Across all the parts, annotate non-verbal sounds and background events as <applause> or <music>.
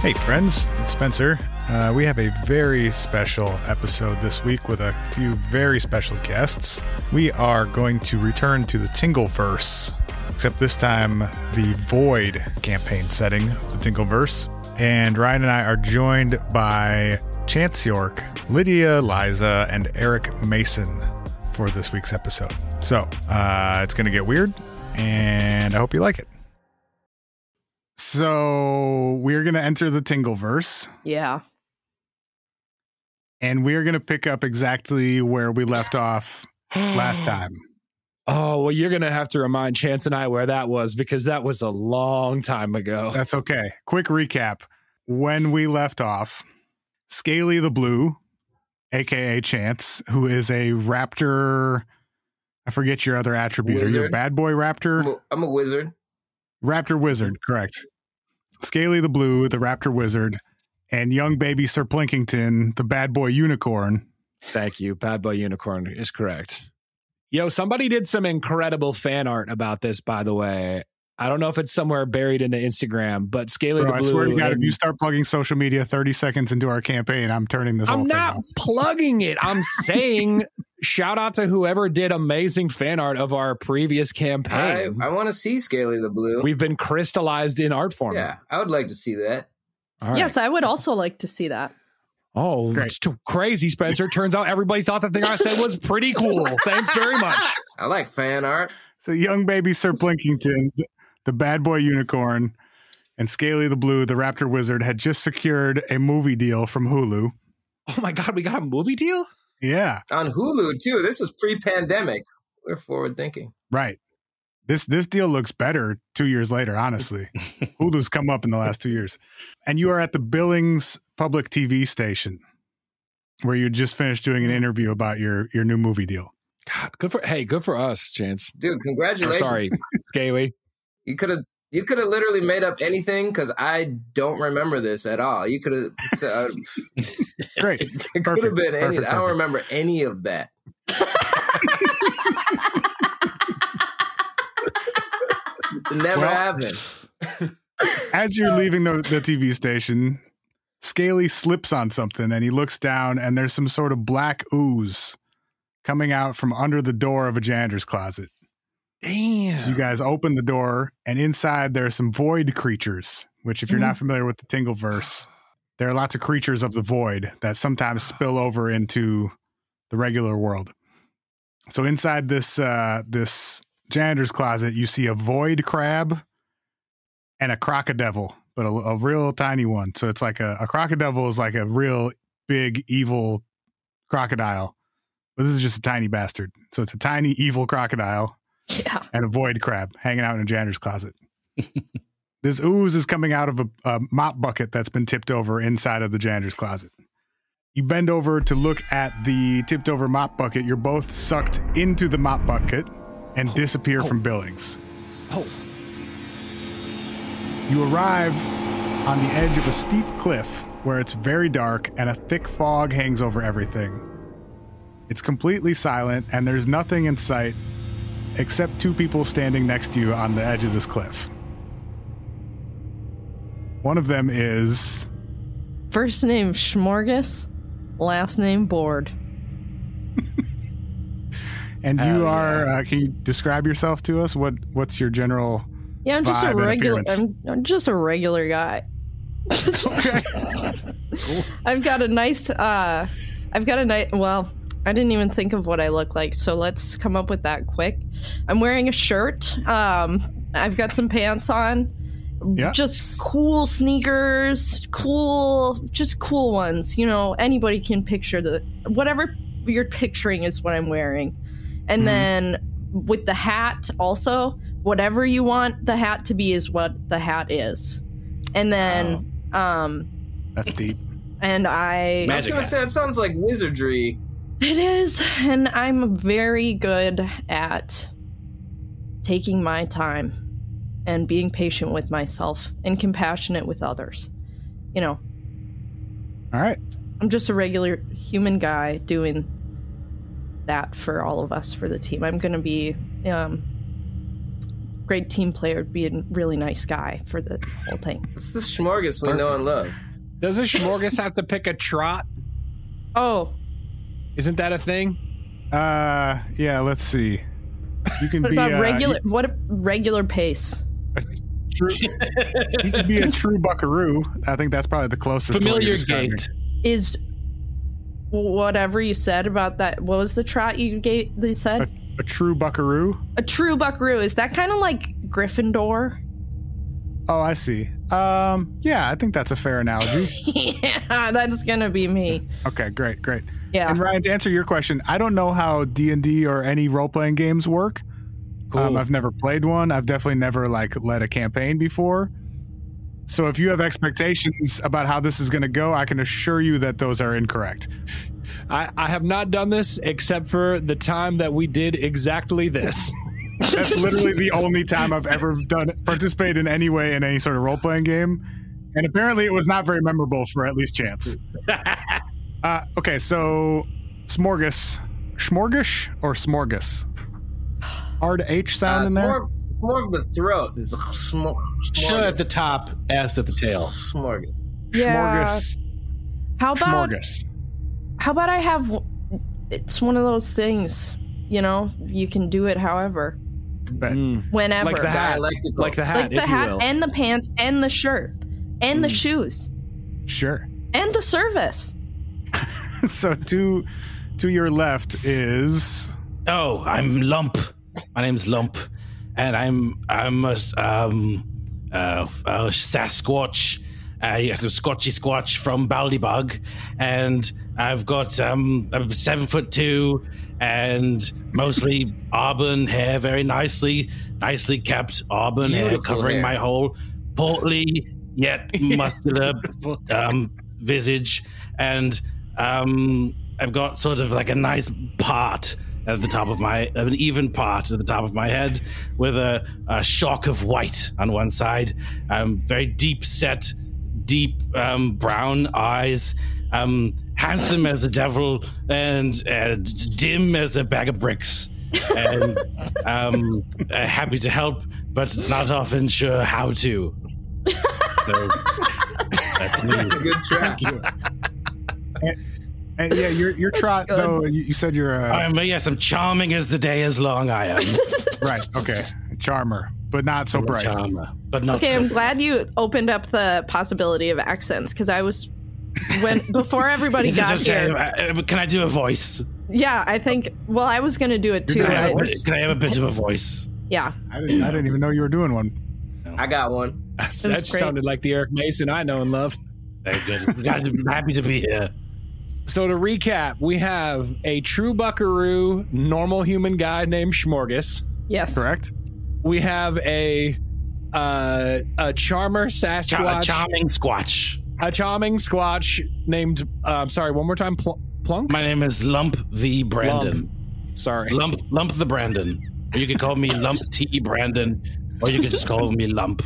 Hey, friends, it's Spencer. Uh, we have a very special episode this week with a few very special guests. We are going to return to the Tingleverse, except this time the Void campaign setting of the Tingleverse. And Ryan and I are joined by Chance York, Lydia Liza, and Eric Mason for this week's episode. So uh, it's going to get weird, and I hope you like it. So we're going to enter the Tingleverse. Yeah. and we're going to pick up exactly where we left <gasps> off last time. Oh, well, you're going to have to remind Chance and I where that was because that was a long <laughs> time ago. That's okay. Quick recap. When we left off, Scaly the Blue, aka Chance, who is a raptor, I forget your other attribute. Are you a Wizard? bad boy raptor? I'm a, I'm a wizard. Raptor Wizard, correct. Scaly the Blue, the Raptor Wizard, and young baby Sir Plinkington, the bad boy unicorn. Thank you. Bad Boy Unicorn is correct. Yo, somebody did some incredible fan art about this, by the way. I don't know if it's somewhere buried in the Instagram, but Scaly Bro, the I Blue. swear to God, if and- you start plugging social media 30 seconds into our campaign, I'm turning this whole I'm thing not off. plugging it. I'm saying shout out to whoever did amazing fan art of our previous I, campaign. I want to see Scaly the Blue. We've been crystallized in art form. yeah, I would like to see that. All right. Yes, I would also like to see that. Oh, Great. that's too crazy, Spencer. Turns out everybody thought the thing I said was <laughs> pretty cool. Thanks very much. I like fan art. So young baby Sir Blinkington, th- the bad boy unicorn, and Scaly the Blue, the raptor wizard, had just secured a movie deal from Hulu. <laughs> Oh my God, we got a movie deal? Yeah, On Hulu, too. This was pre pandemic. We're forward thinking. right. This this deal looks better two years later, honestly. Hulu's come up in the last two years. And you are at the Billings public TV station where you just finished doing an interview about your your new movie deal. God, good for hey, good for us, Chance. Dude, Or congratulations. <laughs> sorry, Scaly. You could have. You could have literally made up anything because I don't remember this at all. You could <laughs> have. it's, Uh, Great. it could Perfect, have been any. perfect, I don't perfect. remember any of that. <laughs> Never Well- happened. As you're leaving the, the TV station, Scaly slips on something and he looks down, and there's some sort of black ooze coming out from under the door of a janitor's closet. So you Damn. guys open the door, and inside there are some void creatures, which, if you're not familiar with the Tingleverse, there are lots of creatures of the void that sometimes spill over into the regular world. So inside this uh, this janitor's closet, you see a void crab and a crocodile, but a, a real tiny one. So it's like a, a crocodile is like a real big evil crocodile, but this is just a tiny bastard. So it's a tiny evil crocodile Yeah. and a void crab hanging out in a janitor's closet. this ooze is coming out of a, a mop bucket that's been tipped over inside of the janitor's closet. You bend over to look at the tipped over mop bucket. You're both sucked into the mop bucket and disappear from Billings. Oh. You arrive on the edge of a steep cliff where it's very dark and a thick fog hangs over everything. It's completely silent and there's nothing in sight except two people standing next to you on the edge of this cliff. One of them is First name Schmorgus, last name Board. and you Hell are uh, can you describe yourself to us what what's your general Yeah, I'm just Vibe a and regular. appearance. I'm, I'm just a <laughs> regular guy. <laughs> I've got a nice. uh I've got a nice. Well, I didn't even think of what I look like, so let's come up with that quick. I'm wearing a shirt. Um, I've got some pants on. Yeah. Just cool sneakers, cool, just cool ones. You know, anybody can picture the whatever you're picturing is what I'm wearing. And Mhm. then with the hat also, whatever you want the hat to be is what the hat is. And then um that's deep. and I I was gonna say it sounds like wizardry. it is and I'm very good at taking my time and being patient with myself and compassionate with others. You know, All right. I'm just a regular human guy doing that for all of us for the team. I'm going to be um great team player, would be a really nice guy for the whole thing. It's the smorgas we know and love. Does a Schmorgus have to pick a trot? Oh, Isn't that a thing? Uh, yeah. Let's see. You can what be about uh, regular? What a regular pace? True. you could be a true buckaroo. I think that's probably the closest. to what Familiar you're describing. gate. Is whatever you said about that? What was the trot you gave? They said A true buckaroo. a true buckaroo. Is that kind of like Gryffindor? <laughs> Oh, I see. Um, yeah, I think that's a fair analogy. yeah, that's gonna be me. okay, great, great. Yeah. And Ryan, to answer your question, I don't know how D and D or any role playing games work. Um, I've never played one. I've definitely never like led a campaign before. So if you have expectations about how this is going to go, I can assure you that those are incorrect. I, I have not done this except for the time that we did exactly <laughs> this. That's literally the only time I've ever done participated in any way in any sort of role playing game, and apparently it was not very memorable for at least chance. Uh, okay, so smorgas, smorgish or smorgas? Hard H sound Uh, in it's, there. more, it's more of the throat. It's a smor- Shut at the smorgas. top, S at the tail. Smorgas. Yeah. Smorgas, How about smorgas. how about I have? It's one of those things, you know. You can do it however, But Mm. whenever, Like the hat. Dialectical. Like the hat, like the if you hat will. and the pants and the shirt and the shoes sure. <laughs> and the service. so to to your left is Oh, I'm Lump. My name's Lump, and I'm I'm a um uh, a Sasquatch. Uh, yes, a Scotchy Squatch from Baldybug, and I've got um I'm seven foot two, and mostly <laughs> auburn hair, very nicely, nicely kept auburn hair, Beautiful covering hair. my whole portly yet muscular um visage, and um I've got sort of like a nice part at the top of my an even part at the top of my head with a, a shock of white on one side um very deep set deep um brown eyes um handsome as a devil and uh, d- dim as a bag of bricks and um uh, happy to help but not often sure how to so, that's me Good track. and eh, yeah your <laughs> your trot good. though you, you said you're uh, a, I'm, uh, yes, I'm charming as the day is long. I am right okay charmer but not so bright charmer, but not Okay, Oh, so I'm glad you opened up the possibility of accents because I was when before everybody Is it got just, uh, here. uh, can I do a voice? Yeah, I think. Well, I was gonna do it too. Can I, have I, a voice? Can I have a bit of a voice? yeah, I didn't, I didn't even know you were doing one I got one. <laughs> That great. sounded like the Eric Mason I know and love. Very <laughs> good. Glad- I'm happy to be here. So to recap, we have a true buckaroo, normal human guy named Schmorgus. yes, correct We have a uh, a charmer Sasquatch, Char- a charming Squatch. a charming Squatch named. Uh, I'm sorry, one more time, Pl- Plunk. My name is Lump the Brandon. sorry, Lump. Lump the Brandon. Or you could call me Lump T Brandon, or you could just call me Lump.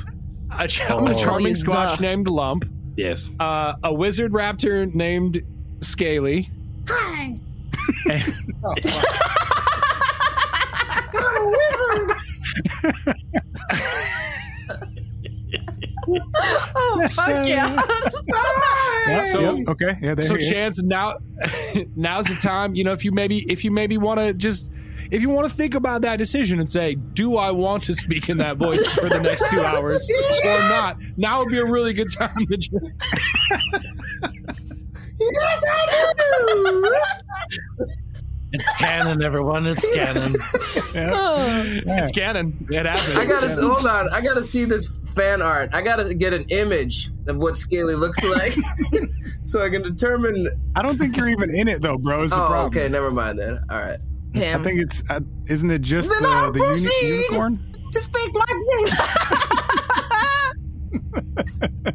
a, ch- Oh. a charming Duh. Squatch named Lump. Yes. Uh, a wizard raptor named Scaly. Oh fuck yeah! So- Yep, okay yeah there so he is. chance now <laughs> now's the time you know if you maybe if you maybe want to just if you want to think about that decision and say do i want to speak in that voice for the next two hours or not now would be a really good time to ju- It's canon, everyone. It's canon. Yeah, Oh, yeah. it's canon it happens <laughs> I gotta hold on. I gotta see this fan art. I gotta get an image of what Scaly looks <laughs> like, so I can determine. i don't think you're even in it though bro is the Oh, problem okay. Never mind then. All right. i <laughs> damn. think it's uh, isn't it just Then the, I'll the uni- proceed. unicorn Just speak like this.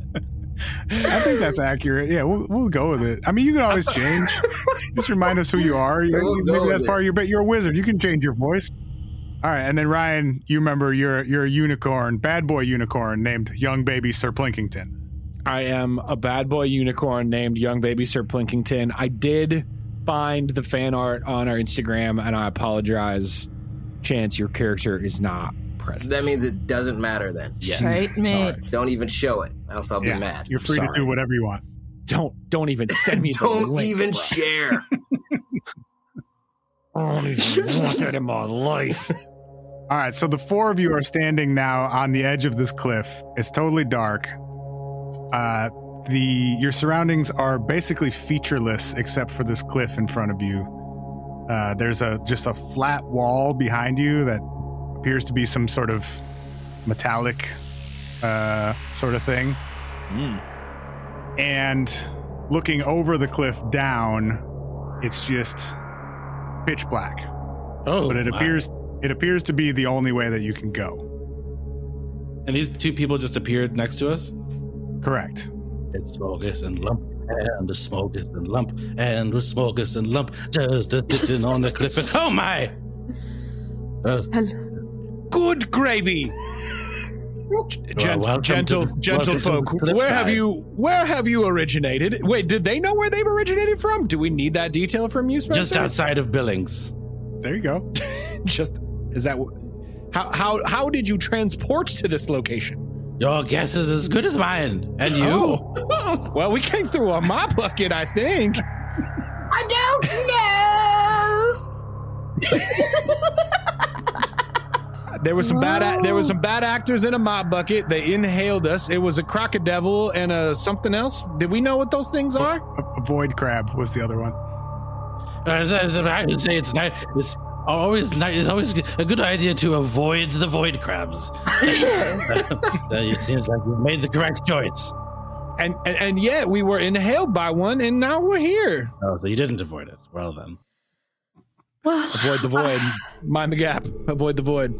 i think that's accurate yeah we'll, we'll go with it i mean you can <laughs> always change just remind us who you are You- We'll go maybe with that's it. part of your bit you're a wizard you can change your voice all right and then ryan you remember you're you're a unicorn bad boy unicorn named young baby sir plinkington i am a bad boy unicorn named young baby sir plinkington i did find the fan art on our instagram and i apologize chance your character is not presence. That means it doesn't matter then. Yes. Right, mate. Sorry. Don't even show it, else I'll be Yeah. mad. You're free to Sorry. do whatever you want. Don't don't even send me. the <laughs> Don't link, even bro. share. I don't even want that Oh, in my life. All right, so the four of you are standing now on the edge of this cliff. It's totally dark. Uh, the your surroundings are basically featureless except for this cliff in front of you. Uh, there's a just a flat wall behind you that appears to be some sort of metallic uh, sort of thing. Hmm. And looking over the cliff down, it's just pitch black Oh, but it my. appears it appears to be the only way that you can go. And these two people just appeared next to us. Correct. It's Smogus and Lump, and it's Smogus and Lump, and with Smogus and Lump, just a sitting on the cliff. And, oh my! Uh, Good gravy. Gen- welcome gentle to the- gentle welcome folk. to the Where have cliffside. you where have you originated? Wait, did they know where they've originated from? Do we need that detail from you, Spencer? just outside of Billings. There you go. Just is that wh- how how how did you transport to this location? Your guess is as good as mine. And you? Oh. <laughs> well, we came through on my bucket, I think. I don't know. <laughs> There was some bad act there was some bad actors in a mob bucket. They inhaled us. It was a crocodile and a something else. Did we know what those things are? A, a void crab was the other one. Uh, so- so I would say it's nice. It's always nice. It's always a good idea to avoid the void <laughs> crabs. Uh, it seems like you made the correct choice. And, and and yet we were inhaled by one and now we're here. Oh, so you didn't avoid it. Well then. Well, Avoid the <sighs> void. Mind the gap. Avoid the void.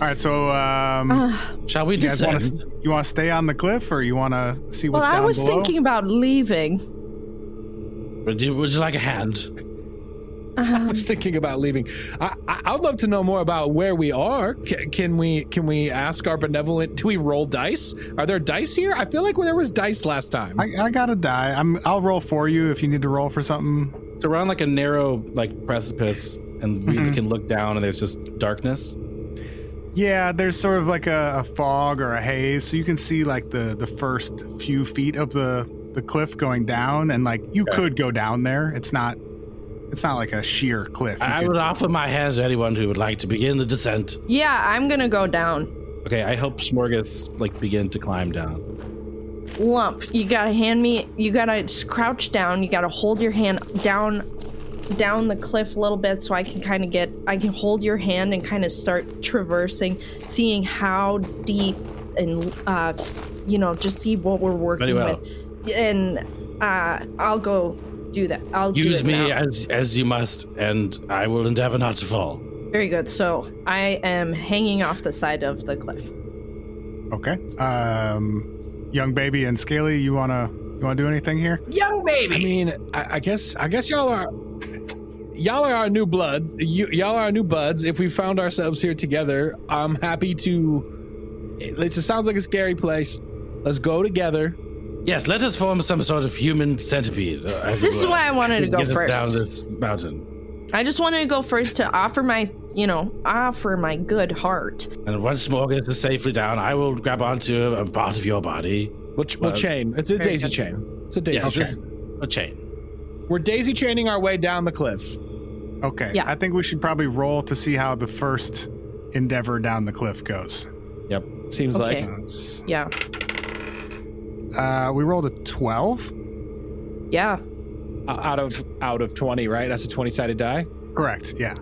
All right, so <sighs> um, uh, Shall we you guys just want to you want to stay on the cliff or you want to see what's well, I down was below? thinking about leaving. would you, would you like a hand? I <laughs> was thinking about leaving. I, I I'd love to know more about where we are. C- can we can we ask our benevolent? Do we roll dice? Are there dice here? I feel like there was dice last time. I, I gotta die. I'm. I'll roll for you if you need to roll for something. So we're on like a narrow like precipice and we Mhm. can look down and there's just darkness. Yeah, there's sort of like a, a fog or a haze, so you can see like the the first few feet of the the cliff going down, and like you could go down there. It's not. It's not like a sheer cliff. You I could- would offer my hand to anyone who would like to begin the descent. Yeah, I'm gonna go down. Okay, I help Smorgas like begin to climb down. Lump, you gotta hand me. You gotta just crouch down. You gotta hold your hand down, down the cliff a little bit, so I can kind of get. I can hold your hand and kind of start traversing, seeing how deep and uh, you know, just see what we're working Very well. with. And uh, I'll go do that. I'll do Use it me now. as as you must, and I will endeavor not to fall. Very good. So I am hanging off the side of the cliff. Okay. Um, young baby and Scaly, you wanna you wanna do anything here? Young I baby. mean, I, I guess I guess y'all are y'all are our new bloods. You, y'all are our new buds. If we found ourselves here together, I'm happy to. It, it sounds like a scary place. Let's go together. Yes, let us form some sort of human centipede. uh, as it This is were. why I wanted to Get go us down first. this mountain, I just wanted to go first to offer my, you know, offer my good heart. and once Smorgas is safely down, I will grab onto a part of your body. We'll, ch- we'll Well, chain. It's a very daisy good. chain. It's a daisy Yes, chain. just a chain. We're daisy chaining our way down the cliff. Okay. Yeah. I think we should probably roll to see how the first endeavor down the cliff goes. Seems Okay. like. That's- Yeah. uh, we rolled a 12. Yeah. Uh, out of out of 20, right? That's a 20 sided die. Correct. Yeah.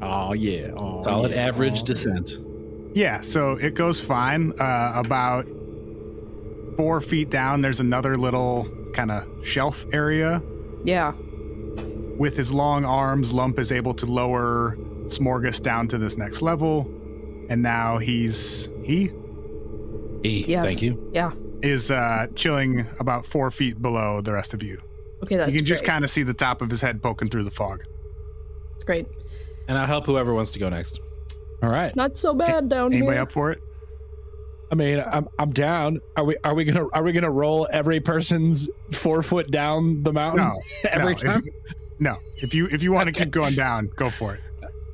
Oh, yeah. Oh, Solid yeah. average Oh. descent. Yeah. So it goes fine. Uh, about four feet down, there's another little kind of shelf area. Yeah. With his long arms, Lump is able to lower Smorgas down to this next level. And now he's he E, Yes. thank you. Yeah. is uh, chilling about four feet below the rest of you. Okay. That's you can just great. kind of see the top of his head poking through the fog. That's great. And I'll help whoever wants to go next. All right. It's not so bad down Anybody Mm-hmm. here. up for it? I mean, I'm I'm down. Are we are we gonna are we gonna roll every person's four foot down the mountain No. Um, <laughs> every no. time? If, no. If you if you want to keep going down, go for it.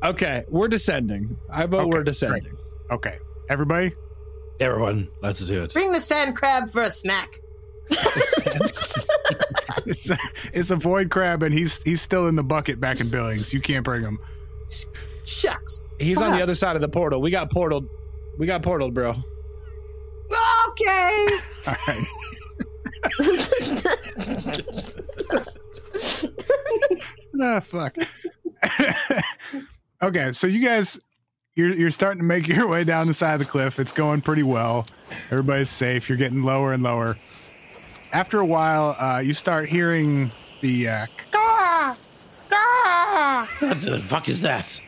Okay, we're descending. I vote Okay, we're descending. Okay. Everybody? <laughs> Everyone, let's do <laughs> it. Bring the sand crab for a snack. It's a, it's a void crab, and he's he's still in the bucket back in Billings. You can't bring him. Shucks. He's on the Fuck. other side of the portal. We got portaled. We got portaled, bro. Okay. All right. <laughs> ah, fuck. <laughs> okay, so you guys, you're you're starting to make your way down the side of the cliff. It's going pretty well. Everybody's safe. You're getting lower and lower. After a while, uh, you start hearing the uh, What the fuck is that?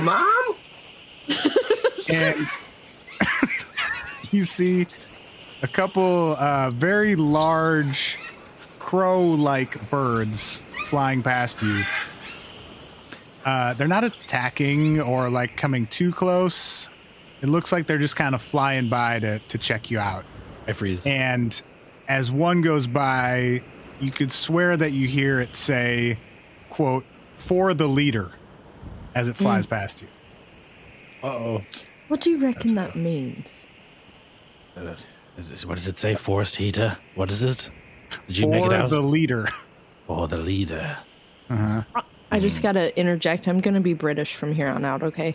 Mom? and <laughs> you see a couple uh, very large crow-like birds flying past you. Uh, they're not attacking or like coming too close. It looks like they're just kind of flying by to, to check you out. I freeze. And as one goes by, you could swear that you hear it say, quote, for the leader as Hmm. it flies past you. What do you reckon that means? Uh, is this- What does it say? Forest heater? What is it? Did you for make it out? the leader. For the leader. I just gotta interject. I'm gonna be British from here on out, okay?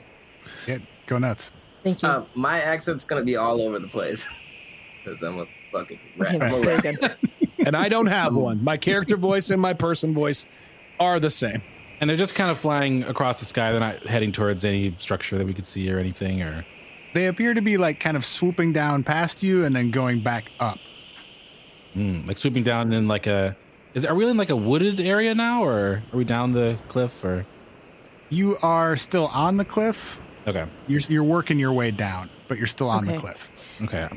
Yeah, go nuts. Thank you. Oh, Um, my accent's gonna be all over the place <laughs> because I'm a fucking okay, rat. I'm a very rat. good. And I don't have one. My character voice and my person voice are the same. And they're just kind of flying across the sky. They're not heading towards any structure that we could see or anything. Or They appear to be like kind of swooping down past you and then going back up. Hmm, like swooping down in like a. Is are we in like a wooded area now, or are we down the cliff? Or You are still on the cliff. okay, You're, you're working your way down, but you're still on the Okay. cliff. okay.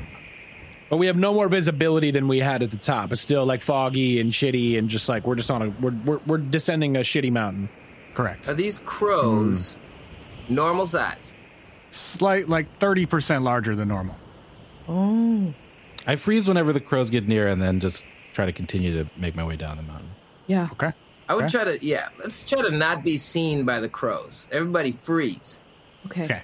But we have no more visibility than we had at the top. It's still like foggy and shitty and just like we're just on a we're we're, we're descending a shitty mountain. Correct. Are these crows normal size? Slight, like 30% larger than normal. Oh, I freeze whenever the crows get near, and then just try to continue to make my way down the mountain. yeah. Okay. I would Okay. try to, yeah, let's try to not be seen by the crows. Everybody freeze. Okay. Okay.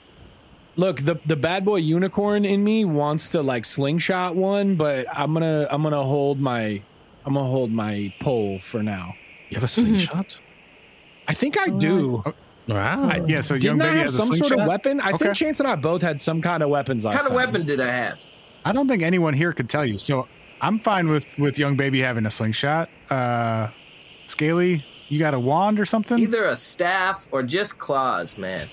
Look, the the bad boy unicorn in me wants to like slingshot one, but I'm gonna I'm gonna hold my I'm gonna hold my pole for now. You have a Mm-hmm. slingshot? I think I do. Wow. Oh, Yeah, so young Didn't I baby have has a some sort of slingshot? weapon? I Okay. think Chance and I both had some kind of weapons last What kind of time. weapon did I have? I don't think anyone here could tell you. So I'm fine with, with young baby having a slingshot. Uh, Scaly, you got a wand or something? Either a staff or just claws, man.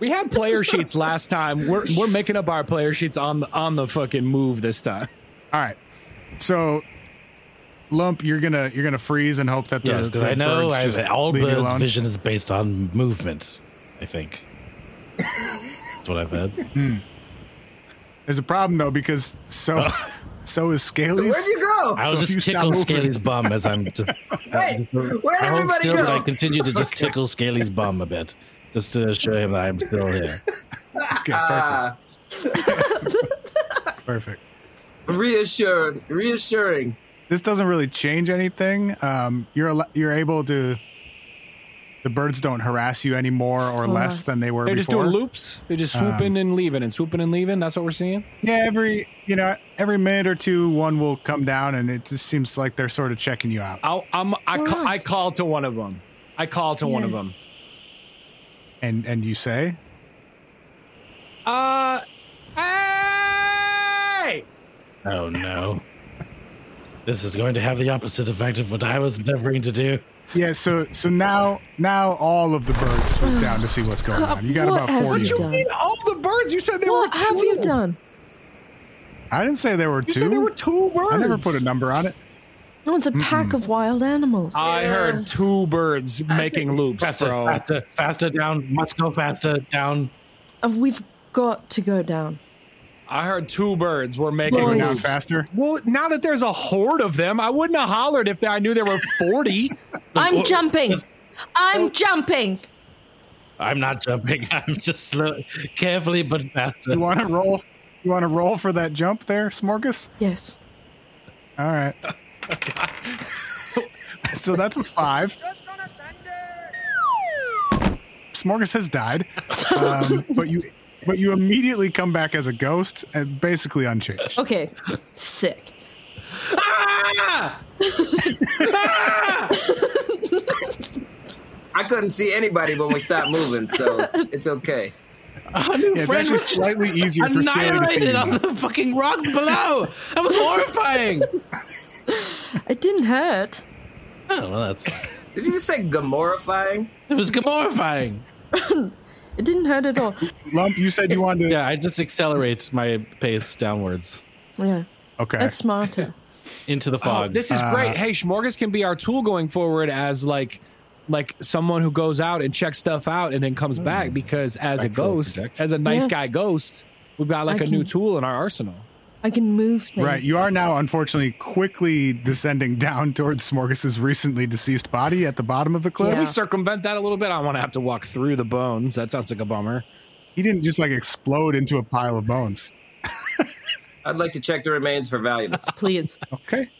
We had player sheets last time. We're we're making up our player sheets on the on the fucking move this time. All right. So lump you're gonna you're gonna freeze and hope that the, Yes, because the I know birds I, just all leave you birds' alone. vision is based on movement. I think that's what I've heard. <laughs> There's a problem though because so <laughs> so is Scaly's. Where'd you go? I So will if you just stop tickle moving- Scaly's bum as I'm <laughs> just. Wait, where'd I hold everybody still, go? but I continue to just tickle Scaly's bum a bit, just to show him that I'm still here. Okay, Ah, perfect, <laughs> perfect. reassured, reassuring. This doesn't really change anything. Um, you're al- you're able to. The birds don't harass you any more or less than they were They're just before. doing loops. They're just swooping Uh. and leaving and swooping and leaving. That's what we're seeing. yeah, every you know every minute or two, one will come down, and it just seems like they're sort of checking you Uh, out. I'll, I'm I Alright. call, I call to one of them. I call to one of them. And and you say, Uh, hey! Oh no. This is going to have the opposite effect of what I was endeavoring to do. yeah. So so now now all of the birds swoop down to see what's going on. You got What about have forty. you of them. done? All the birds. You said they What were. have two. you done? I didn't say there were You two. said there were two birds. I never put a number on it. No, it's a pack of wild animals. I heard two birds making loops, Faster, bro. faster, faster down. Must go faster down. Uh, We've got to go down. I heard two birds were making They go Boys. down loops. faster. Well, now that there's a horde of them, I wouldn't have hollered if I knew there were <laughs> 40. oh, I'm jumping. I'm jumping. I'm not jumping. <laughs> I'm just slow, carefully but faster. You want to roll? You want to roll for that jump there, Smorgus? Yes. All right. <laughs> so that's a five. Smorgas has died, um, but you but you immediately come back as a ghost and basically unchanged. <laughs> Okay, sick. Ah! I couldn't see anybody when we stopped moving, so it's okay. Our new Yeah, it's friend actually was just slightly easier for Scaly to see you annihilated now. on the fucking rock below. That was <laughs> horrifying. It didn't hurt. oh well, that's Did you just say gamorifying? it was horrifying. It didn't hurt at all. <laughs> Lump, you said you wanted to. Yeah, I just accelerate my pace downwards Yeah, Okay. that's smarter. into the Oh, fog. this is great. Hey, Schmorgas can be our tool going forward as like like someone who goes out and checks stuff out and then comes back because as a Spectral ghost, projection. as a nice Yes. guy ghost, we've got like a I new can- tool in our arsenal. I can move things. Right, you are now unfortunately quickly descending <laughs> down towards Smorgas's recently deceased body at the bottom of the cliff. Can Yeah. we circumvent that a little bit? I want to have to walk through the bones. That sounds like a bummer. He didn't just like explode into a pile of bones. I'd like to check the remains for valuables. please. Okay,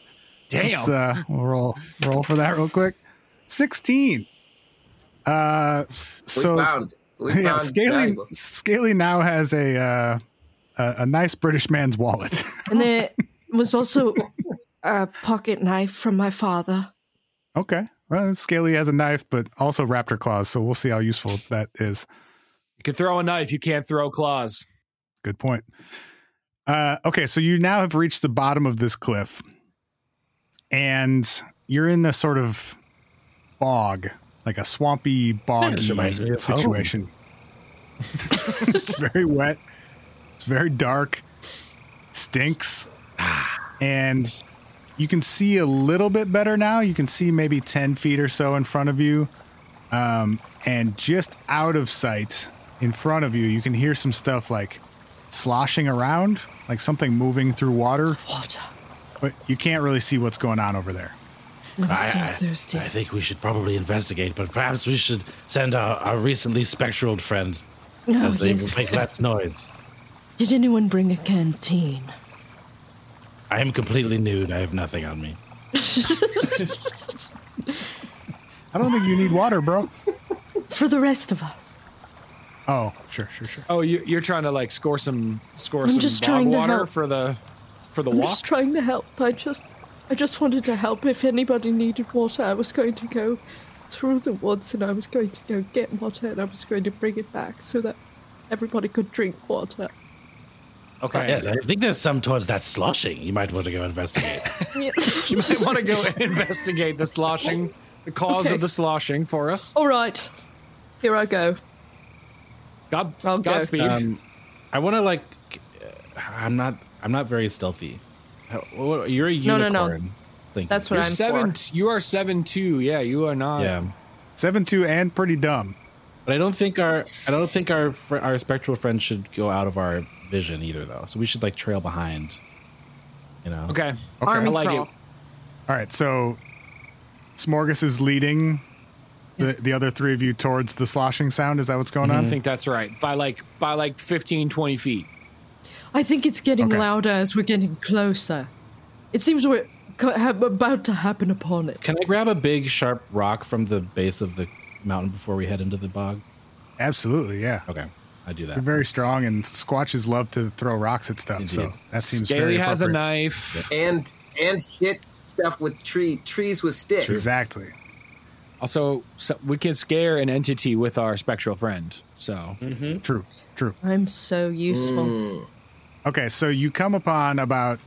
Damn. let's uh, we'll roll roll for that real quick. Sixteen. Uh, We so found. <laughs> We yeah, found Scaly valuables. Scaly now has a, uh, a a nice British man's wallet. <laughs> And there was also a pocket knife from my father. okay, well, Scaly has a knife, but also raptor claws. So we'll see how useful that is. You can throw a knife, you can't throw claws. Good point. Uh, okay, so you now have reached the bottom of this cliff, and you're in a sort of bog, like a swampy, boggy reminds me of home. situation. <laughs> it's very wet. It's very dark. Stinks, and you can see a little bit better now. You can see maybe ten feet or so in front of you Um, and just out of sight in front of you, you can hear some stuff like sloshing around, like something moving through water, Water. but you can't really see what's going on over there. I'm so I, thirsty. I, I think we should probably investigate, but perhaps we should send our, our recently spectral friend oh, as they yes. make less noise. Did anyone bring a canteen? I am completely nude. I have nothing on me. I don't think you need water, <laughs> bro. For the rest of us. Oh, sure, sure, sure. Oh, you, you're trying to like score some score I'm some just bog trying to water help. for the for the I'm walk. just trying to help. I just I just wanted to help. If anybody needed water, I was going to go through the woods and I was going to go get water and I was going to bring it back so that everybody could drink water. okay. Yes, I think there's some towards that sloshing. You might want to go investigate. <laughs> You might want to go <laughs> and investigate the sloshing, the cause Okay. of the sloshing for us. All right. Here I go. God, I'll go. Godspeed. um, I want to like. uh, I'm not. I'm not very stealthy. How- what- You're a No, no, unicorn. no. Thank That's you. what You're I'm seven. for. You are seven two. Yeah, you are not. Yeah, Seven two and pretty dumb. but I don't think our. I don't think our fr- our spectral friend should go out of our vision either, though. So we should like trail behind. You know. Okay. Okay. I Army like crawl. it. All right, so Smorgas is leading the, the other three of you towards the sloshing sound. Is that what's going I on? think that's right. By like by like 15, 20 feet. I think it's getting Okay. louder as we're getting closer. It seems we're co- ha- about to happen upon it. Can I grab a big sharp rock from the base of the mountain before we head into the bog? Absolutely, yeah. Mm-hmm. Okay, I do They're that. very strong, and squatches love to throw rocks at stuff. So Indeed. that seems very Scaly has a appropriate. knife. and and hit stuff with tree trees with sticks. Exactly. Also, so we can scare an entity with our spectral friend. So Mm-hmm. Mm-hmm. True. True. I'm so useful. Okay, so you come upon about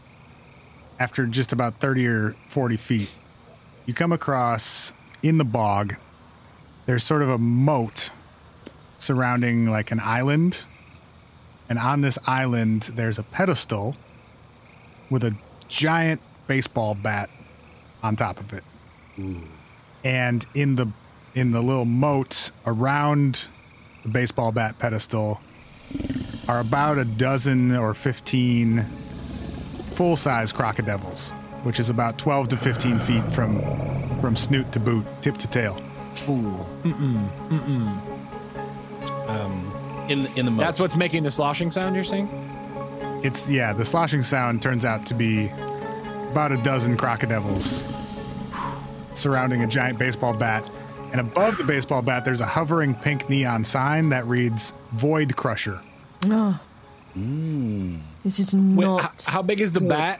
after just about 30 or 40 feet, you come across in the bog, there's sort of a moat surrounding like an island. And on this island, there's a pedestal with a giant baseball bat on top of it. And in the in the little moat around the baseball bat pedestal are about a dozen or 15 full size crocodivals, which is about 12 to 15 feet from, from snoot to boot, tip to tail. In in the moat. that's what's making the sloshing sound you're saying? It's, yeah, the sloshing sound turns out to be about a dozen crocodivals surrounding a giant baseball bat. And above the baseball bat, there's a hovering pink neon sign that reads Void Crusher. No. Ah. Mm. This is Wait, not. h- how big is the bat?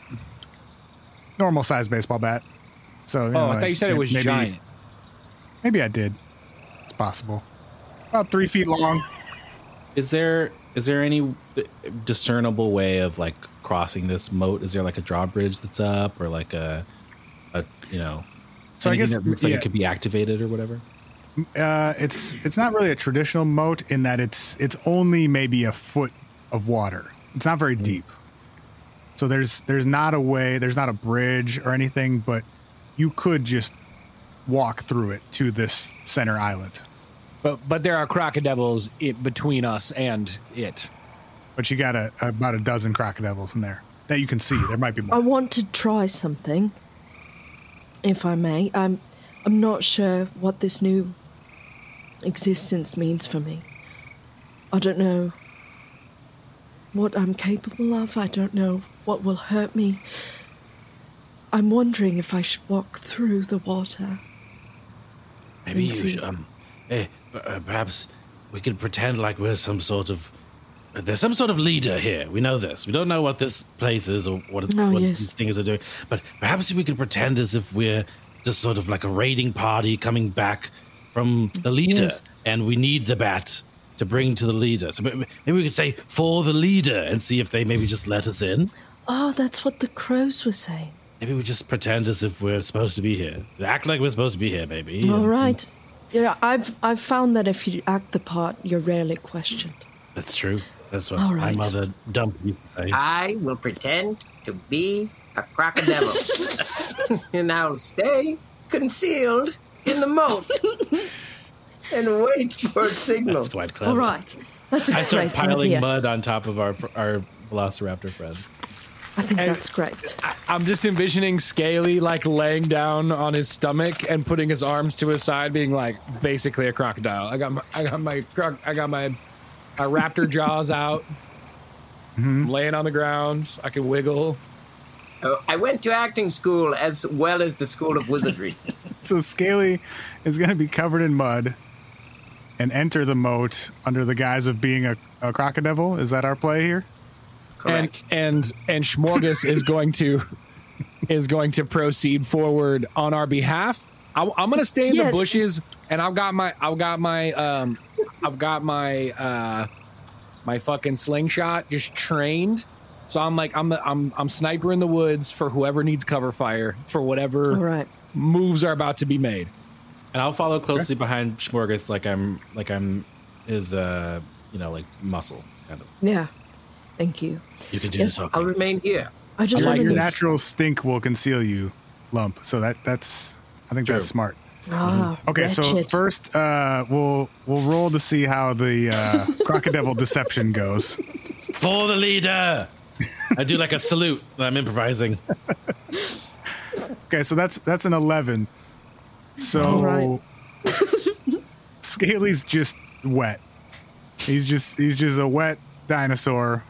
Normal size baseball bat. So, Oh, I thought you said it was giant. Maybe I did. It's possible. About three feet long. Is there is there any discernible way of like crossing this moat? Is there like a drawbridge that's up or like a, a you know, So I anything guess that looks like yeah. it could be activated or whatever? Uh, it's it's not really a traditional moat in that it's it's only maybe a foot of water. It's not very deep. So there's there's not a way, there's not a bridge or anything, but you could just walk through it to this center island. But but there are crocodiles it, between us and it. But you got a, about a dozen crocodiles in there that you can see. There might be I more. want to try something, if I may. I'm, I'm not sure what this new existence means for me. I don't know what I'm capable of. I don't know what will hurt me. I'm wondering if I should walk through the water. Maybe you Let's see. should, um, eh, p- uh, perhaps we could pretend like we're some sort of. uh, There's some sort of leader here. We know this. We don't know what this place is or what, it's Oh, what yes. these things are doing. But perhaps we could pretend as if we're just sort of like a raiding party coming back from the leader, Yes. and we need the bat to bring to the leader. So maybe maybe we could say for the leader and see if they maybe just let us in. Oh, that's what the crows were saying. Maybe we just pretend as if we're supposed to be here. Act like we're supposed to be here, maybe. All and- right. Yeah, I've I've found that if you act the part, you're rarely questioned. That's true. That's what All my right. mother dumped me to say. I will pretend to be a crocodile. <laughs> and I'll stay concealed in the moat and wait for a signal. That's quite clever. All right. That's a I start great piling idea. mud on top of our our velociraptor friends. I think that's great. I, I'm just envisioning Scaly like laying down on his stomach and putting his arms to his side, being like basically a crocodile. I got my, I got my croc, I got my, my raptor jaws out. I'm laying on the ground. I can wiggle. Oh, I went to acting school as well as the school of wizardry. So Scaly is going to be covered in mud and enter the moat under the guise of being a, a crocodile. Is that our play here? Correct. And and and Schmorgus is going to is going to proceed forward on our behalf. I, am going to stay in Yes. the bushes, and I've got my I've got my um I've got my uh my fucking slingshot just trained. So I'm like I'm the, I'm I'm sniper in the woods for whoever needs cover fire for whatever All right. moves are about to be made. And I'll follow closely behind Schmorgas like I'm like I'm his uh you know like muscle kind of. Yeah. Thank you. You can do Yes, this. I'll Okay. remain here. I just I like wanted Your Yes. to- natural stink will conceal you, lump. So that that's I think that's smart. Ah, Okay, so wretched. first uh, we'll we'll roll to see how the <laughs> uh, crocodile deception goes. For the leader. I do like a salute that I'm improvising. Okay, so that's that's an eleven. So All right. <laughs> Scaly's just wet. He's just he's just a wet dinosaur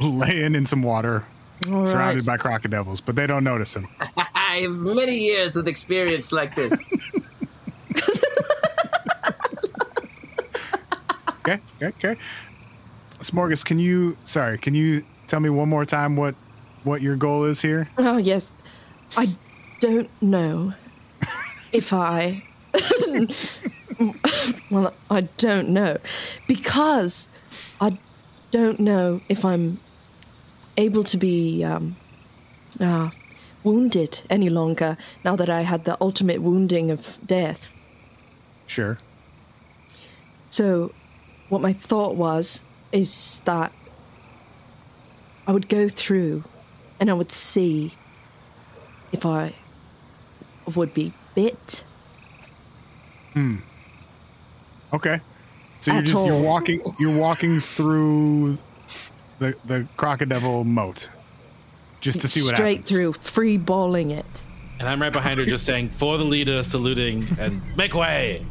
laying in some water, All surrounded right. by crocodiles, but they don't notice him. I have many years with experience like this. Okay, okay, okay. Smorgas, can you sorry, can you tell me one more time what what your goal is here? oh yes, I don't know if I. <laughs> well, I don't know because I don't know if I'm able to be um, uh, wounded any longer now that I had the ultimate wounding of death. Sure. So, what my thought was is that I would go through and I would see if I would be bit. Okay. So you're At just you're all. walking you're walking through the the crocodile moat just to see what straight happens. through, free balling it. And I'm right behind her just saying for the leader saluting and make way.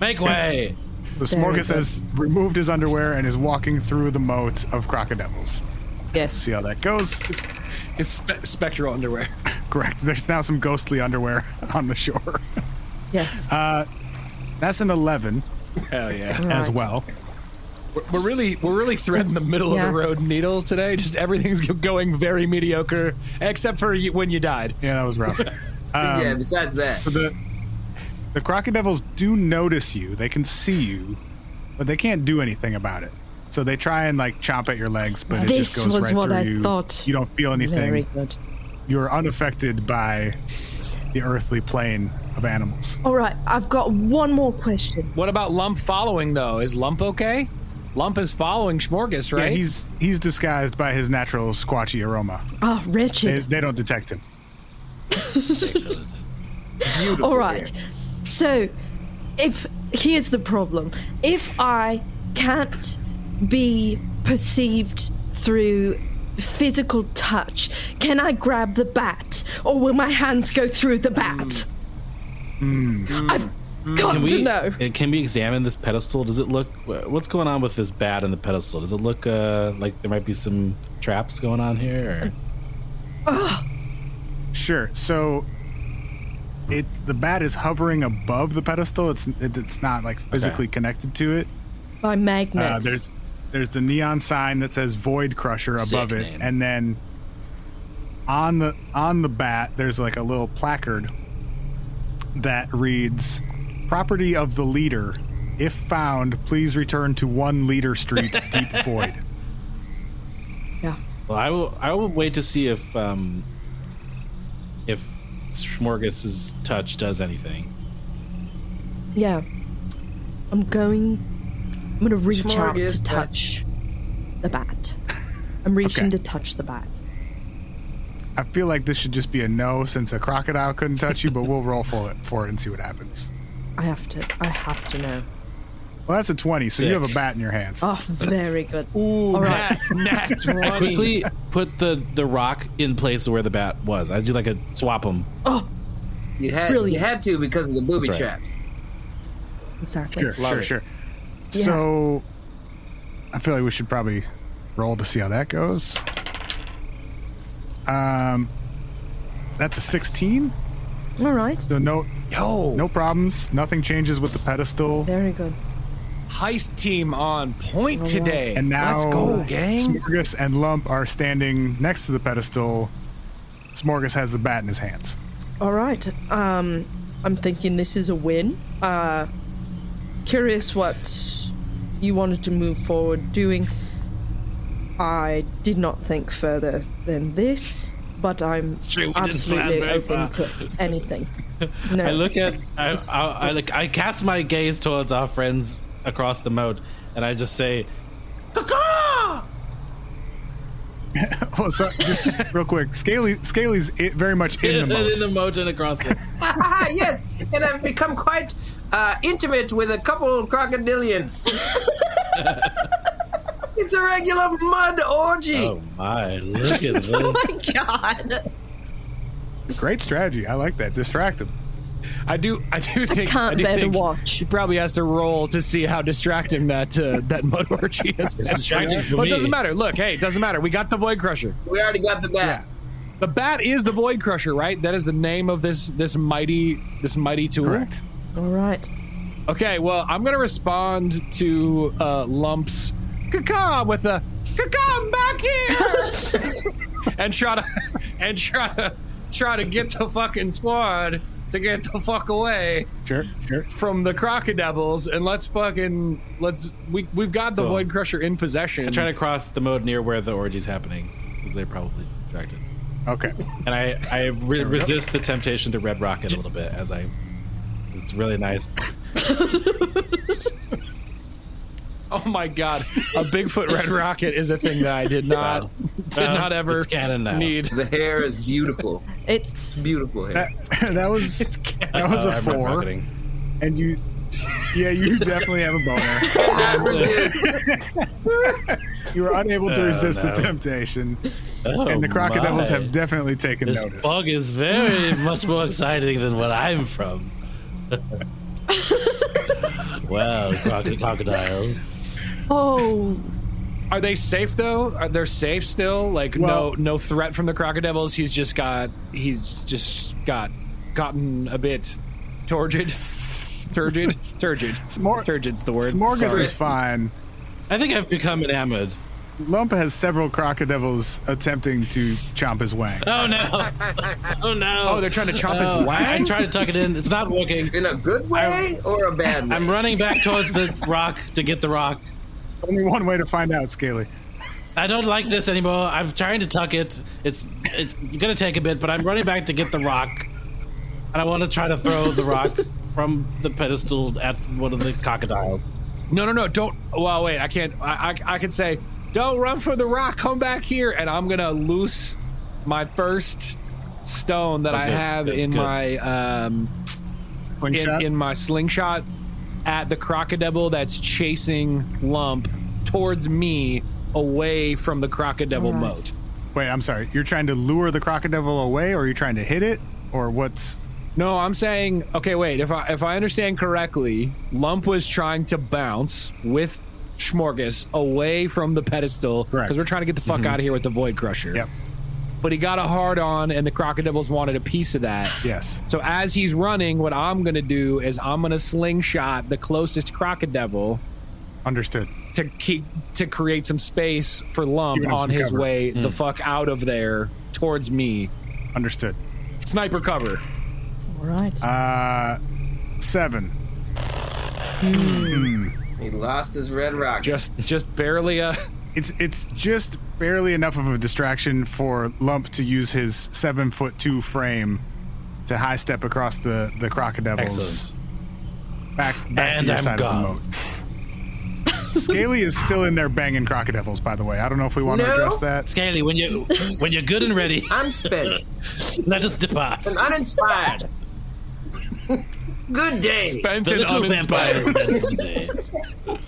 Make way. The There we Smorgas go. has removed his underwear and is walking through the moat of crocodiles. Yes. See how that goes. His spe- spectral underwear. <laughs> <laughs> Um, Correct. There's now some ghostly underwear on the shore. Yes. That's an 11 Hell yeah. as Right. well. We're- We're really we're really threading the middle Yeah. of the road needle today. Just everything's going very mediocre, except for you, when you died. Yeah, that was rough. yeah, besides that. the the crocodiles do notice you. They can see you, but they can't do anything about it. So they try and like chomp at your legs, but it This just goes was right what through I you. thought. You don't feel Very anything. good. You're unaffected by the earthly plane of animals. All right, I've got one more question. What about Lump following though? Is Lump okay? Lump is following Schmorgas, Yeah, right? he's he's disguised by his natural squatchy aroma. Ah, They, Richard. they don't detect him. Excellent. Beautiful. All right. So, if here's the problem if I can't be perceived through physical touch, can I grab the bat or will my hands go through the bat? I've got Hmm. Can to we, know. uh, can we examine this pedestal? Does it look? wh- What's going on with this bat and the pedestal? Does it look uh, like there might be some traps going on here? Sure. So it the bat is hovering above the pedestal. It's it, it's not like physically connected to it. By magnets. Ah, Uh, there's there's the neon sign that says Void Crusher above Sick it, name. and then on the on the bat there's like a little placard that reads "Property of the Leader. If found, please return to One Leader <laughs> Street, Deep Void." yeah. Or? Well, I will. I will wait to see if um, if Schmorgas's touch does anything. Yeah. I'm going. I'm going to reach out Smorgasbord. to touch the bat. I'm reaching to touch the bat. I feel like this should just be a no since a crocodile couldn't touch you, but we'll roll for it for it and see what happens. I have to. I have to know. Well, that's a twenty, so you Sick. have a bat in your hands. Oh, very good. Ooh, All right. nat, nat 20. I quickly put the the rock in place where the bat was. I do like a swap him. Oh, You had Brilliant. you had to because of the booby That's right. traps. exactly. Sure, Love sure, it. sure. Yeah. So I feel like we should probably roll to see how that goes. Um that's a 16. All right. So no Yo, no problems. Nothing changes with the pedestal. Very good. heist team on point Alright. today. And now let's go, gang. Smorgas and Lump are standing next to the pedestal. Smorgas has the bat in his hands. <laughs> All right. Um, I'm thinking this is a win. Uh, curious what you wanted to move forward doing. I did not think further than this, but I'm true, we didn't absolutely plan very open to far. <laughs> anything. No. I look at I, I, I like I cast my gaze towards our friends across the moat, and I just say, Well, so just real quick, Scaly Scaly's i very much in the moat. in the moat and across it. Ah, yes, and I've become quite uh, intimate with a couple of crocodilians. it's a regular mud orgy. Oh my! Look at this. God. Great strategy. I like that. Distract him. I do, I do think. can't I do bear to think watch. She probably has to roll to see how distracting that uh, that <laughs> mud orgy has been. distracting for but it me. doesn't matter. Look, hey, it doesn't matter. We got the Void Crusher. We already got the bat. The bat is the Void Crusher, right? That is the name of this this mighty this mighty tool. Correct. All right. Okay, well, I'm gonna respond to uh, Lumps caca with a caca I'm back here, <laughs> and try to and try to try to get the fucking squad to get the fuck away Sure, sure. from the crocodevils and let's fucking let's we we've got the Cool. Void Crusher in possession. I try to cross the moat near where the orgy's happening because they're probably distracted. Okay. And I, I re- resist the temptation to red rocket a little bit as I. It's really nice. oh my god, a Bigfoot red rocket is a thing that I did not <laughs> Wow. did Wow. not ever Uh, It's canon now. need. The hair is beautiful. It's Beautiful hair. That, <laughs> that <laughs> was that was Uh, a I'm red four, rocketing. and you, yeah, <laughs> you definitely have a boner. Cannot resist. <laughs> You were unable to Oh, resist no. the temptation, Oh, and the crocodiles my. have definitely taken This notice. bug is very <laughs> much more exciting than what I'm <laughs> from. well, croc- crocodiles. oh Are they safe though? Are they safe still? Like Well- no no threat from the crocodevils. He's just got he's just got gotten a bit Turgid. Turgid. Turgid. Smor- Turgid's the word. Smorgas Sorry. is fine. I think I've become enamored. Lump has several crocodiles attempting to chomp his <laughs> wang. Oh no! Oh no! Oh, they're trying to chomp his No. wang? I'm trying to tuck it in. It's not working. In a good way or a bad way? I'm running back towards the rock to get the rock. Only one way to find out, Scaly. I don't like this anymore. I'm trying to tuck it. It's it's gonna take a bit, but I'm running back to get the rock, and I want to try to throw the rock from the pedestal at one of the crocodiles. No, no, no. Don't. Well, wait. I can't. I, I, I can say, don't run for the rock. Come back here. And I'm going to loose my first stone that I good, have good, in good. my um Slingshot. in, in my slingshot at the crocodile that's chasing lump towards me away from the crocodile Alright. moat Wait, I'm sorry. You're trying to lure the crocodile away, or you are trying to hit it, or what's? no i'm saying okay wait if i if i understand correctly lump was trying to bounce with Schmorgas away from the pedestal Correct. Mm-hmm. because we're trying to get the fuck out of here with the void crusher Yep. but he got a hard on and the crocodiles wanted a piece of that Yes. So as he's running, what I'm gonna do is I'm gonna slingshot the closest crocodile Understood. to keep to create some space for Lump Give him on some his cover. way the Hmm. fuck out of there towards me. Understood. Sniper cover. All right. Uh, seven. he lost his red rock. Just just barely uh, a It's it's just barely enough of a distraction for Lump to use his seven foot two frame to high step across the the crocodile's Excellent. back back to And your I'm side of gone. the moat. Scaly is still in there banging crocodiles, by the way. I don't know if we want to No. address that. Scaly, when you when you're good and ready, I'm spent let us depart. and <laughs> uninspired. Good day. <laughs> bent The and little vampire uninspired. is dead for the day.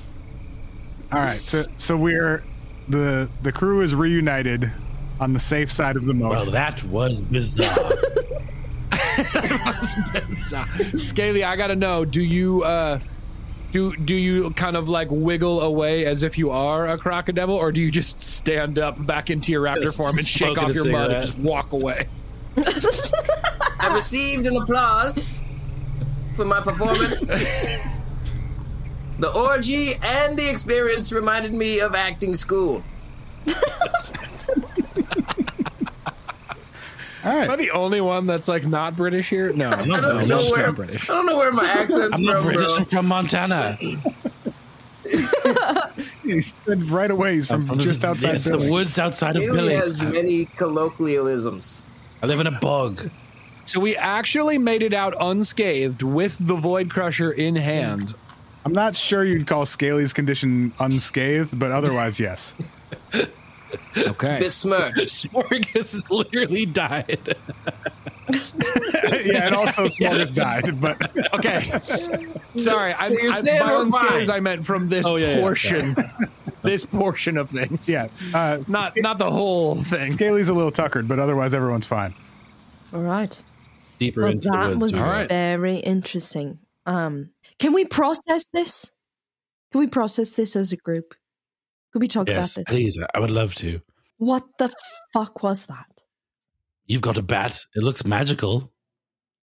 All right, so so we're the the crew is reunited on the safe side of the moat. Well, that was bizarre. <laughs> Scaly, I gotta know, do you uh do do you kind of like wiggle away as if you are a crocodile, or do you just stand up back into your raptor Just form and shake smoking off a your mud and cigarette. just walk away? I received an applause for my performance. the orgy and the experience reminded me of acting school. All Am I right. the only one that's like not British here? <laughs> No, I'm not I British. don't Oh, know I'm where not British. I don't know where my accent's I'm from, not British. bro. I'm from Montana. He's right away. He's from, just outside yes, the Philly. woods outside of Italy Philly. has many colloquialisms. I live in a bog. So we actually made it out unscathed with the Void Crusher in hand. I'm not sure you'd call Scaly's condition unscathed, but otherwise, yes. Hmm. Okay. Besmirched. Smorgas has literally died. <laughs> yeah, and also Smorgas died, but <laughs> Okay. S- Sorry, I, you're I, saying by we're unscathed fine. I meant from this Oh, yeah, yeah, portion, <laughs> this portion of things. yeah, uh, Not not the whole thing. Scaly's a little tuckered, but otherwise, everyone's fine. All right. Deeper Well, into the that woods. was we went. right. very interesting. Um, can we process this? Can we process this as a group? Could we talk Yes, about this? please. I would love to. What the fuck was that? You've got a bat. It looks magical.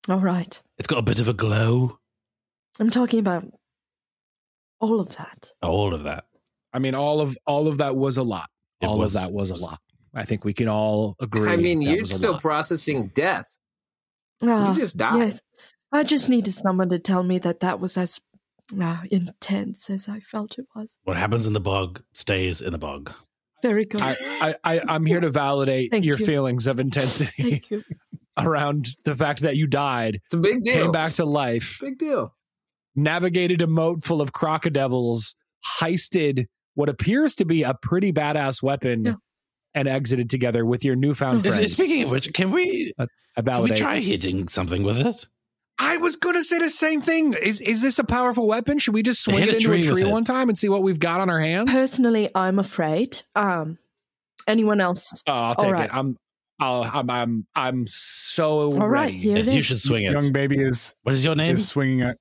All right. It's got a bit of a glow. I'm talking about all of that. All of that. I mean, all of all of that was a lot. It all was- of that was a lot. I think we can all agree. I mean, that you're was a still lot. processing death. Ah, just died. Yes. I just needed someone to tell me that that was as uh, intense as I felt it was. What happens in the bog stays in the bog. Very good. I, I, I, I'm here to validate Thank your you. feelings of intensity Thank you. <laughs> around the fact that you died, It's a big deal. came back to life, Big deal. navigated a moat full of crocodiles, heisted what appears to be a pretty badass weapon, Yeah. and exited together with your newfound Is- friends. Speaking of which, can we I can we validate. try hitting something with it? I was going to say the same thing. Is is this a powerful weapon? Should we just swing Hit it a into tree a with tree it. one time and see what we've got on our hands? Personally, I'm afraid. Um, anyone else? <laughs> oh, I'll take Alright. it. I'm, I'll, I'm, I'm, I'm so All right, ready. here Yes, it you is. should swing it. Young baby is What is your name? is swinging. A,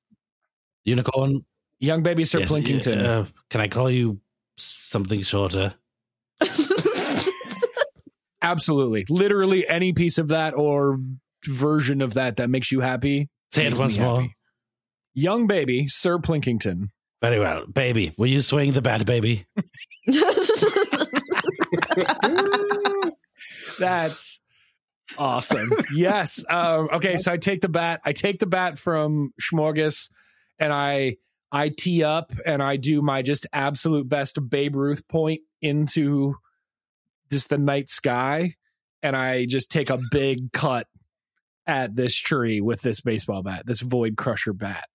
Unicorn. Young baby Sir Yes, Plinkington. uh, can I call you something shorter? Absolutely. Literally any piece of that or version of that that makes you happy. Say it makes once me more. happy. young baby Sir Plinkington. Very well. Baby, will you swing the bat, baby? That's awesome. yes. Um, okay, so I take the bat. I take the bat from Schmorgas, and I I tee up and I do my just absolute best Babe Ruth point into just the night sky, and I just take a big cut at this tree with this baseball bat, this Void Crusher bat.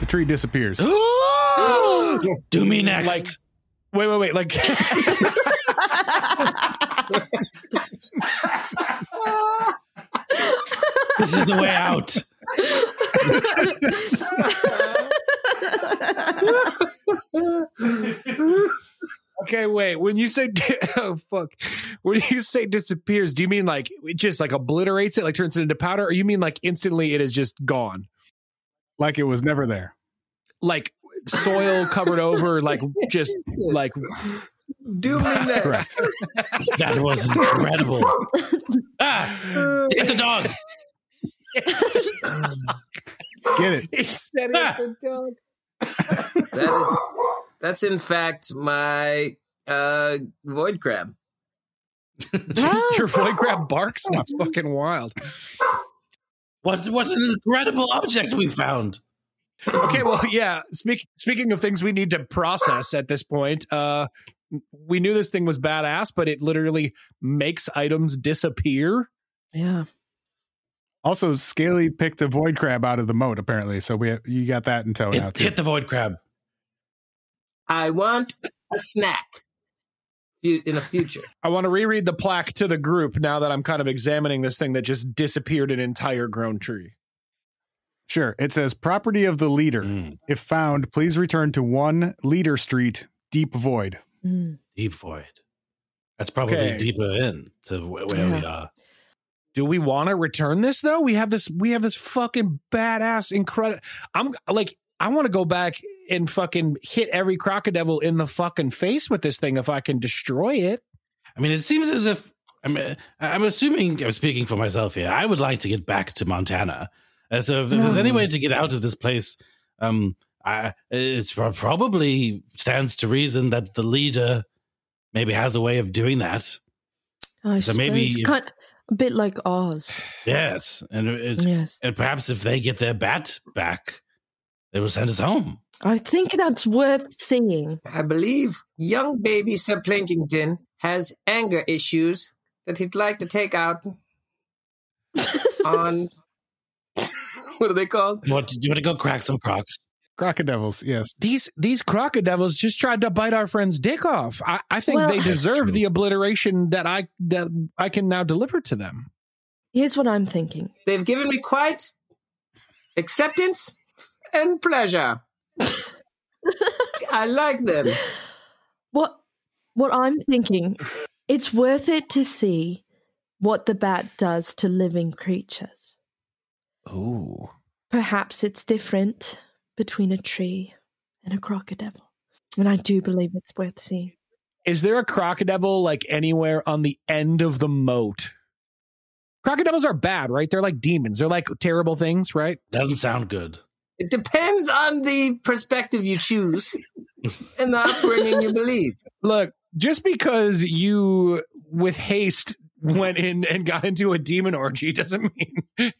The tree disappears. Do me next. Like, wait, wait, wait! Like. this is the way out. <laughs> Okay, wait. When you say <laughs> di- oh fuck, when you say disappears, do you mean like it just like obliterates it, like turns it into powder, or you mean like instantly it is just gone, Like it was never there. like soil covered <laughs> over, like just like Do me next. That was incredible. Ah, hit the dog. Get it. he said Ah. it. dog. That is, that's in fact my uh, void crab. <laughs> Your void crab barks. <laughs> That's fucking wild. What, what an incredible object we found. Okay, well, yeah. Speak, speaking of things we need to process at this point, uh, we knew this thing was badass, but it literally makes items disappear. yeah. Also, Scaly picked a void crab out of the moat, apparently. So we you got that in tow now Hit, Oh, too. hit the void crab. I want a snack Fu- in the future. I want to reread the plaque to the group now that I'm kind of examining this thing that just disappeared an entire grown tree. Sure. It says property of the leader. Mm, If found, please return to one leader street, deep void. Mm. deep void. That's probably Okay. deeper in to wh- where we are. Do we want to return this though? We have this we have this fucking badass incredible I'm like I want to go back and fucking hit every crocodile in the fucking face with this thing if I can destroy it. I mean, it seems as if I mean, I- I'm assuming I'm speaking for myself here. I would like to get back to Montana. Uh, so if there's any way to get out of this place, um, I, it's pro- probably stands to reason that the leader maybe has a way of doing that. I So maybe suppose. if- Kind- a bit like Oz. Yes, and it's, Yes. and perhaps if they get their bat back, they will send us home. I think that's worth seeing. I believe young baby Sir Plinkington has anger issues that he'd like to take out on. what are they called? What do you want to go crack some crocs? Crocodiles, yes. These these crocodiles just tried to bite our friend's dick off. I, I think Well- they That's deserve true. the obliteration that I that I can now deliver to them. Here's what I'm thinking. They've given me quite acceptance and pleasure. I like them. What what I'm <laughs> thinking, it's worth it to see what the bat does to living creatures. Ooh. Perhaps it's different between a tree and a crocodile. And I do believe it's worth seeing. Is there a crocodile like anywhere on the end of the moat? Crocodiles are bad, right? They're like demons. They're like terrible things, right? Doesn't sound good. It depends on the perspective you choose and the upbringing you believe. Look, just because you with haste went in and got into a demon orgy <laughs> doesn't mean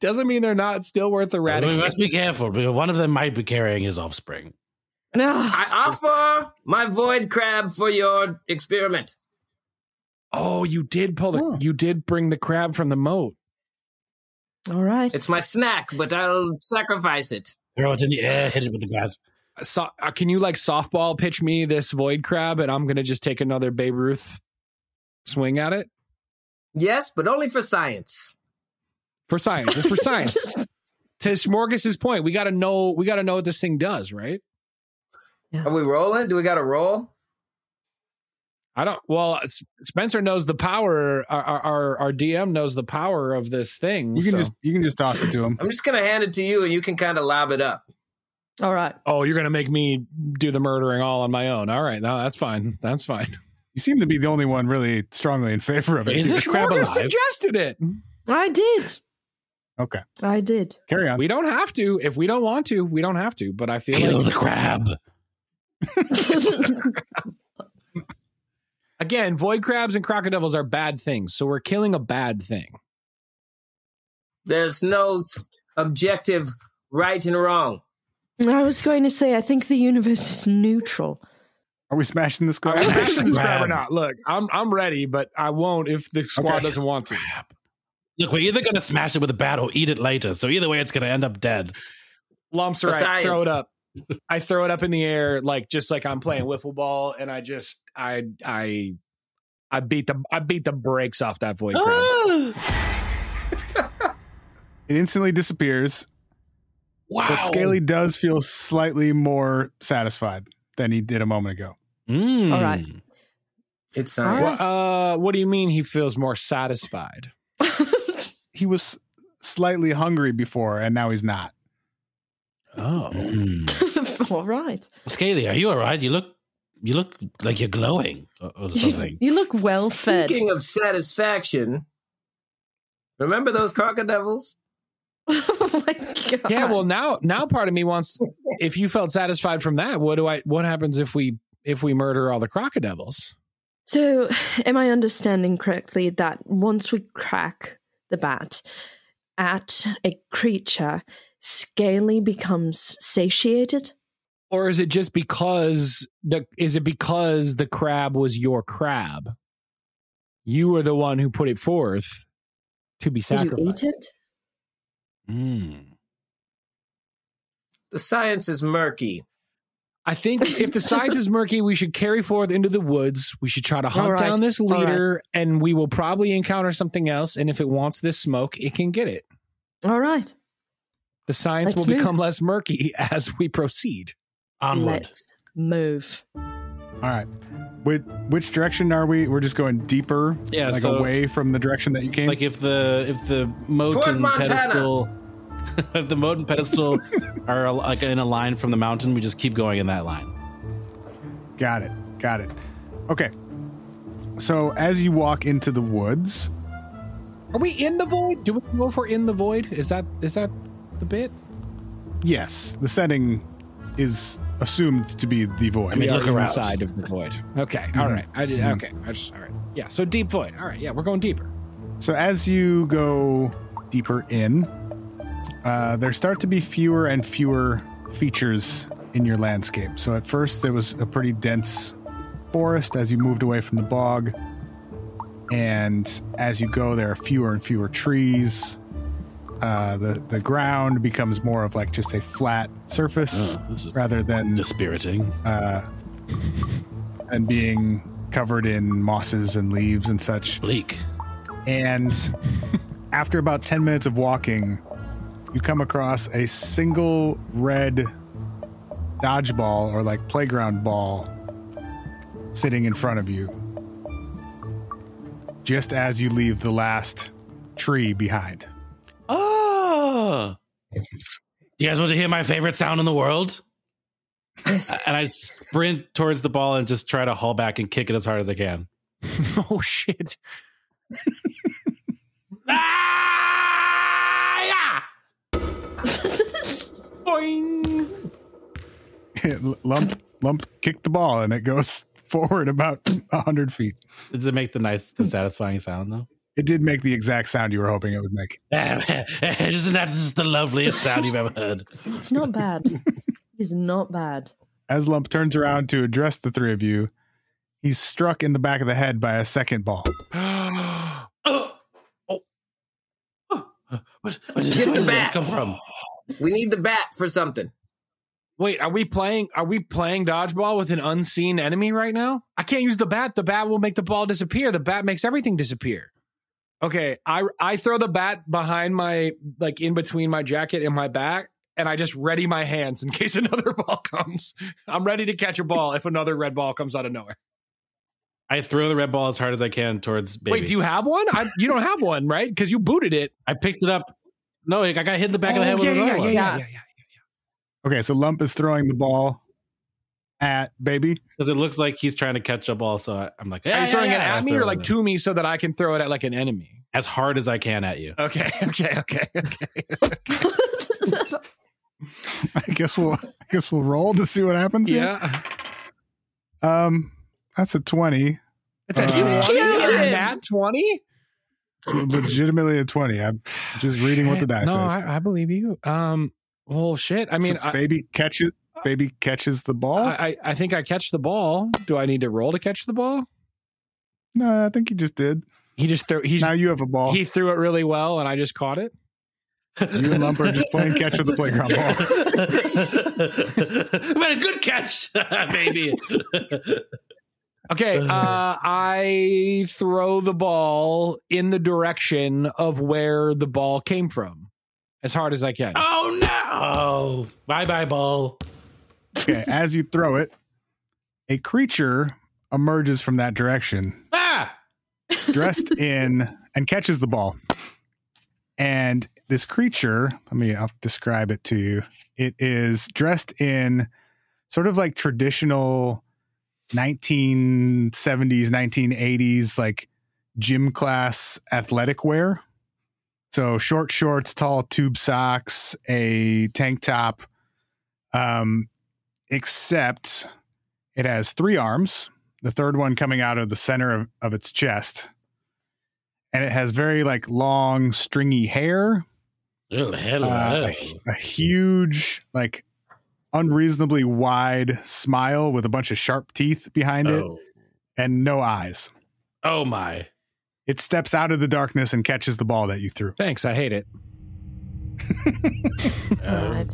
doesn't mean they're not still worth We eradicating. must be careful because one of them might be carrying his offspring. No. I offer my void crab for your experiment. Oh, you did pull the Huh. you did bring the crab from the moat. All right. It's my snack, but I'll sacrifice it. Throw it in the air, hit it with the bat. So, uh, can you like softball pitch me this void crab and I'm going to just take another Babe Ruth swing at it? Yes, but only for science. for science. It's for <laughs> science. to Smorgas's point, we got to know. We got to know what this thing does, right? Are we rolling? Do we got to roll? I don't. Well, S- Spencer knows the power. Our our, our DM knows the power of this thing. You can so- just you can just toss it to him. I'm just going to hand it to you and you can kind of lob it up. All right. Oh, you're gonna make me do the murdering all on my own. All right, no, that's fine. That's fine. <laughs> You seem to be the only one really strongly in favor of it. Is this crab Smorgas alive? suggested it. I did. Okay. I did. <laughs> Carry on. We don't have to. If we don't want to, we don't have to. But I feel Kill like the crab. again, void crabs and crocodiles are bad things. So we're killing a bad thing. There's no s- objective right and wrong. I was going to say, I think the universe is neutral. <laughs> Are we smashing this I'm crab? smashing this crab or Crab. not. Look, I'm I'm ready, but I won't if the squad Okay. doesn't want to. Look, we're either gonna smash it with a bat or eat it later. So either way, it's gonna end up dead. Lumps right. Science. Throw it up. I throw it up in the air like just like I'm playing wiffle ball, and I just I I I beat the I beat the brakes off that void crab. Ah, It instantly disappears, <gasps> Wow. but Scaly does feel slightly more satisfied than he did a moment ago. Mm. All right. It's science. science. Alright. Uh, what do you mean he feels more satisfied? He was slightly hungry before, and now he's not. Oh. Mm. All right. Scaly, are you all right? You look, you look like you're glowing or, <laughs> or something. You look well fed. Speaking of satisfaction, remember those crocodiles? <laughs> oh my god. Yeah, well now now part of me wants if you felt satisfied from that, what do I what happens if we if we murder all the crocodiles? So, am I understanding correctly that once we crack the bat at a creature, Scaly becomes satiated? Or is it just because the is it because the crab was your crab? You were the one who put it forth to be Did you eat sacrificed. it? Mm. The science is murky. I think if the <laughs> science is murky, we should carry forth into the woods. We should try to hunt All right, down this all right. leader, and we will probably encounter something else. And if it wants this smoke, it can get it. All right. The science Let's will move. become less murky <laughs> as we proceed. Onward. Let's move. All right. Which, which direction are we? We're just going deeper, Yeah, like so- away from the direction that you came. Like if the if the moat Toward and Montana. <laughs> pedestal, if the moat and <laughs> pedestal are like in a line from the mountain, we just keep going in that line. Got it. Got it. Okay. So as you walk into the woods, Are we in the void? Do we know if we're in the void? Is that is that the bit? yes, the setting is assumed to be the void. mean, We look are around. inside of the void. Mm-hmm. Okay, all right. I did, okay, I just, all right. Yeah, so deep void. All right, yeah, we're going deeper. <laughs> So as you go deeper in, uh, there start to be fewer and fewer features in your landscape. So at first there was a pretty dense forest as you moved away from the bog. And as you go, there are fewer and fewer trees. Uh, the the ground becomes more of like just a flat surface Oh, this is rather than Dispiriting. than being covered in mosses and leaves and such. Bleak. and after about 10 minutes of walking you come across a single red dodgeball or like playground ball sitting in front of you just as you leave the last tree behind Oh. Do you guys want to hear my favorite sound in the <laughs> world? and I sprint towards the ball and just try to haul back and kick it as hard as I can. oh shit! <gasps> Ah! Boing! lump lump kicked the ball and it goes <laughs> forward about 100 feet Yeah! Does it make the nice, the satisfying sound though? it did make the exact sound you were hoping it would make <laughs> Isn't that just the loveliest sound you've ever heard? It's not <laughs> bad. it's not bad. as lump turns around to address the three of you he's struck in the back of the head by a second ball Oh, oh, oh, what, what is, Get where the did bat. that come from? We need the bat for something. Wait, are we playing? Are we playing dodgeball with an unseen enemy right now? I can't use the bat. The bat will make the ball disappear. The bat makes everything disappear. Okay, I I throw the bat behind my like in between my jacket and my back, and I just ready my hands in <laughs> case another ball comes. I'm ready to catch a ball if another red ball comes out of nowhere. I throw the red ball as hard as I can towards baby. Wait, do you have one? I, you don't have one, right? Because you booted it. I picked it up. No, I got hit in the back of the head Oh, with yeah, another yeah, yeah, one. yeah, yeah, yeah. Okay, so Lump is throwing the ball at Baby. <laughs> Because it looks like he's trying to catch up. Also, I- I'm like, Are yeah, you yeah, throwing yeah. it I at me throw or it like at him. to me so that I can throw it at like an enemy? as hard as I can at <laughs> you. Okay, <laughs> okay, okay, okay. I guess we'll I guess we'll roll to see what happens. here. <laughs> Yeah. Um, that's a twenty. It's a Uh, 20? Yeah. Nat 20? It's legitimately a twenty. I'm just reading what the dice No, says. I, I believe you. Um, well, shit. I mean, So I, baby catches baby catches the ball. I, I- I think I catch the ball. Do I need to roll to catch the ball? no, I think you just did. He just threw. He Now you have a ball. he threw it really well, and I just caught it. you and Lump are just playing catch with the playground ball. <laughs> but a good catch, <laughs> baby. Okay, uh, I throw the ball in the direction of where the ball came from, as hard as I can. Ah! oh no! Bye, bye, ball. Okay, as you throw it, a creature emerges from that direction, Ah, dressed in and catches the ball. And this creature, let me I'll describe it to you. It is dressed in sort of like traditional 1970s, 1980s like gym class athletic wear. So short shorts, tall tube socks, a tank top. Um except it has three arms, the third one coming out of the center of, of its chest. And it has very like long, stringy hair, oh hello. uh, a, hu- a huge, like unreasonably wide smile with a bunch of sharp teeth behind it oh. and no eyes. <laughs> oh my! It steps out of the darkness and catches the ball that you threw. Thanks, I hate it. Uh,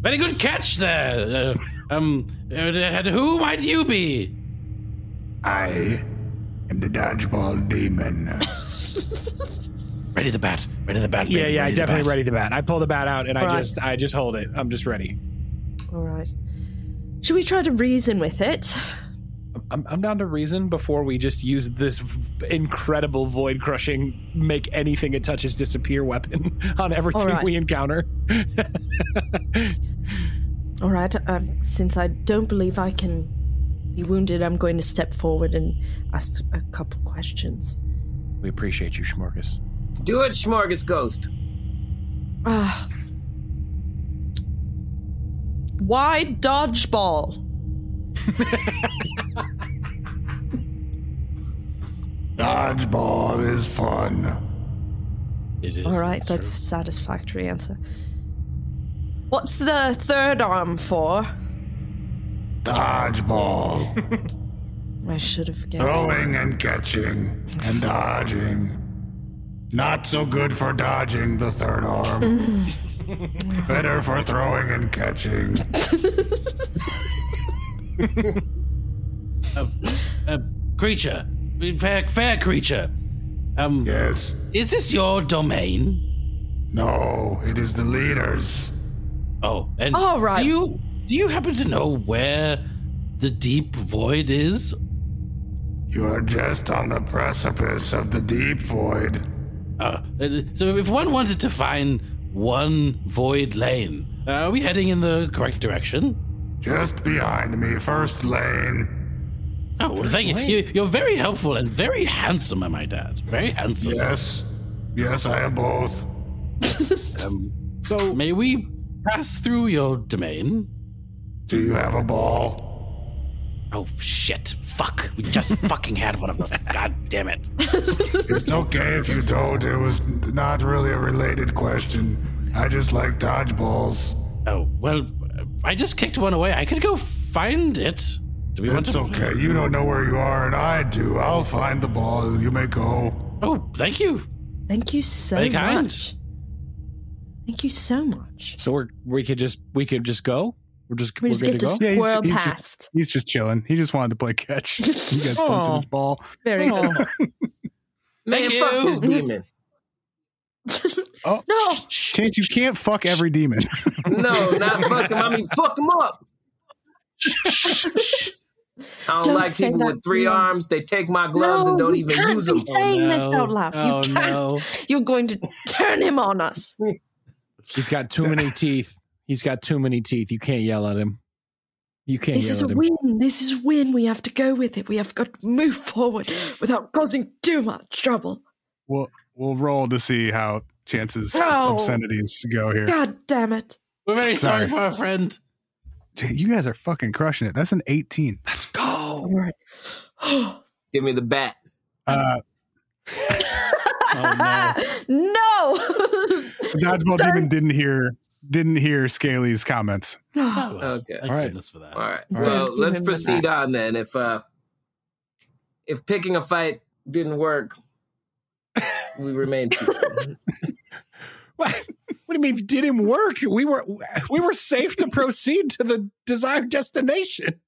very good catch there. Uh, um, uh, who might you be? I am the dodgeball demon. Ready the bat. Ready the bat. Yeah, baby, yeah, I the definitely bat. ready the bat. I pull the bat out and I Right. just, I just hold it. I'm just ready. All right. Should we try to reason with it? I'm, I'm down to reason before we just use this v- incredible void crushing, make anything it touches disappear weapon <laughs> on everything All right. we encounter. All right. Um, since I don't believe I can be wounded, I'm going to step forward and ask a couple questions. We appreciate you, Schmorgus. Do it, Schmorgus Ghost. Ah. why dodgeball? Dodgeball is fun. It is. All right, that's a satisfactory answer. What's the third arm for? Dodgeball. I should have guessed. Throwing and catching and dodging. Not so good for dodging the third arm. <laughs> Better for throwing and catching. a Uh, creature, fair, fair creature. Um, Yes. is this your domain? No, it is the leaders. Oh, and All right. do you do you happen to know where the deep void is? You are just on the precipice of the deep void. Uh, uh, so, if one wanted to find one void lane, uh, are we heading in the correct direction? Just behind me, first lane. Oh, well, thank you. you. You're very helpful and very handsome, I might add. Very handsome. Yes. Yes, I am both. Um, So may we pass through your domain? Do you have a ball? Oh shit! Fuck! We just <laughs> fucking had one of those. God damn it! It's okay if you don't. It was not really a related question. I just like dodgeballs. Oh well, I just kicked one away. I could go find it. Do we want It's to? okay. You don't know where you are, and I do. I'll find the ball. You may go. Oh, thank you. Thank you so Very kind. much. Thank you so much. So we're we could just we could just go. We're just We we're just good get to to go. Yeah, he's- squirrel he's just- past. He's just chilling. He just wanted to play <laughs> catch. He got Aw. bumped in his ball. Very good. Man, Thank fuck you. this demon. Oh, No, Chance, you can't fuck every demon. <laughs> No, <laughs> not fuck him. I mean, fuck him up. I don't, Don't like say people that with to three me. arms. They take my gloves no, and don't you even can't use be them. saying this out loud. Oh, you can't. no. You're going to turn him on us. He's got too many teeth. He's got too many teeth. You can't yell at him. You can't This yell is a at him. win. This is a win. We have to go with it. We have got to move forward without causing too much trouble. Well, we'll roll to see how chances No. obscenities go here. God damn it. We're very sorry, Sorry. for our friend. Gee, You guys are fucking crushing it. That's an 18. Let's go. All right. Give me the bat. Uh, Oh, no. Dodgeball Demon didn't hear didn't hear Scaly's comments. Oh, well. Okay. Thank All right. goodness for that. All right. All right. Well, Don't let's even proceed on then. If uh, if picking a fight didn't work, <laughs> we remain peaceful. What, what do you mean? it Didn't work? We were we were safe to proceed to the desired destination.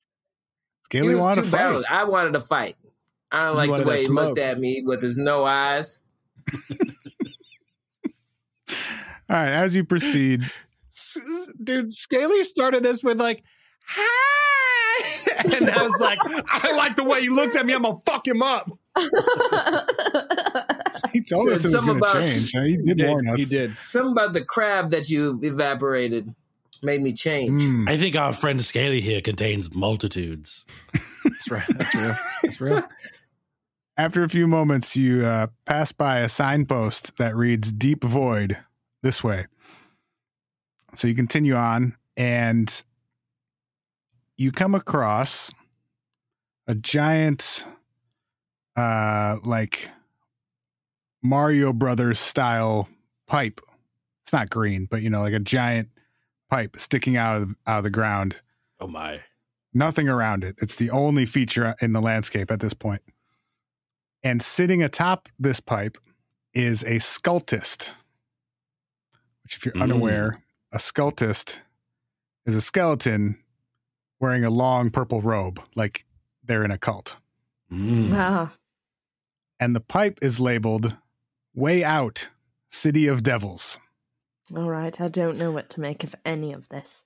He Scaly was wanted too to fight. balanced. I wanted to fight. I don't You like wanted the that way he smoke. looked at me with his no eyes. All right, as you proceed, S- s- Dude, Scaly started this with like, "Hi," <laughs> and I was like, "I like the way you looked at me. I'm gonna fuck him up." he told Said us it was something going to about- change. He did warn us. He did. Something about the crab that you evaporated made me change. <laughs> Mm. I think our friend Scaly here contains multitudes. That's right. That's real. That's real. After a few moments, you uh, pass by a signpost that reads Deep Void this way. So you continue on and you come across a giant, uh, like Mario Brothers style pipe. It's not green, but you know, like a giant pipe sticking out of, out of the ground. Oh my. Nothing around it. It's the only feature in the landscape at this point. And sitting atop this pipe is a sculptist, which, if you're Mm. unaware, a sculptist is a skeleton wearing a long purple robe, like they're in a cult. Mm. Ah, And the pipe is labeled Way Out, City of Devils. all right. I don't know what to make of any of this.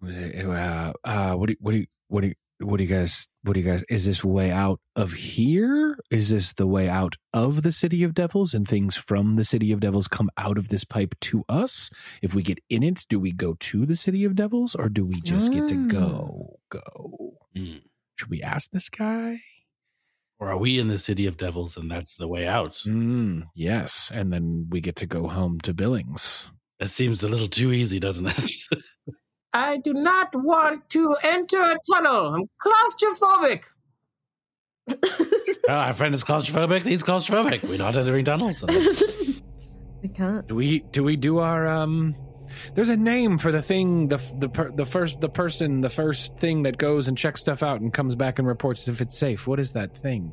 Uh, uh, what do you- what do you, what do you, what do you guys what do you guys is this way out of here? Is this the way out of the city of devils and things from the city of devils come out of this pipe to us? If we get in it, do we go to the city of devils or do we just get to go go? Mm. Should we ask this guy? Or are we in the city of devils and that's the way out? Mm, yes, and then we get to go home to Billings. That seems a little too easy, doesn't it? <laughs> I do not want to enter a tunnel. I'm claustrophobic. well, our friend is claustrophobic. He's claustrophobic. We're not entering tunnels. then. <laughs> we can't. Do we Do we do our um? There's a name for the thing, the f- the per, the first the person, the first thing that goes and checks stuff out and comes back and reports if it's safe. What is that thing?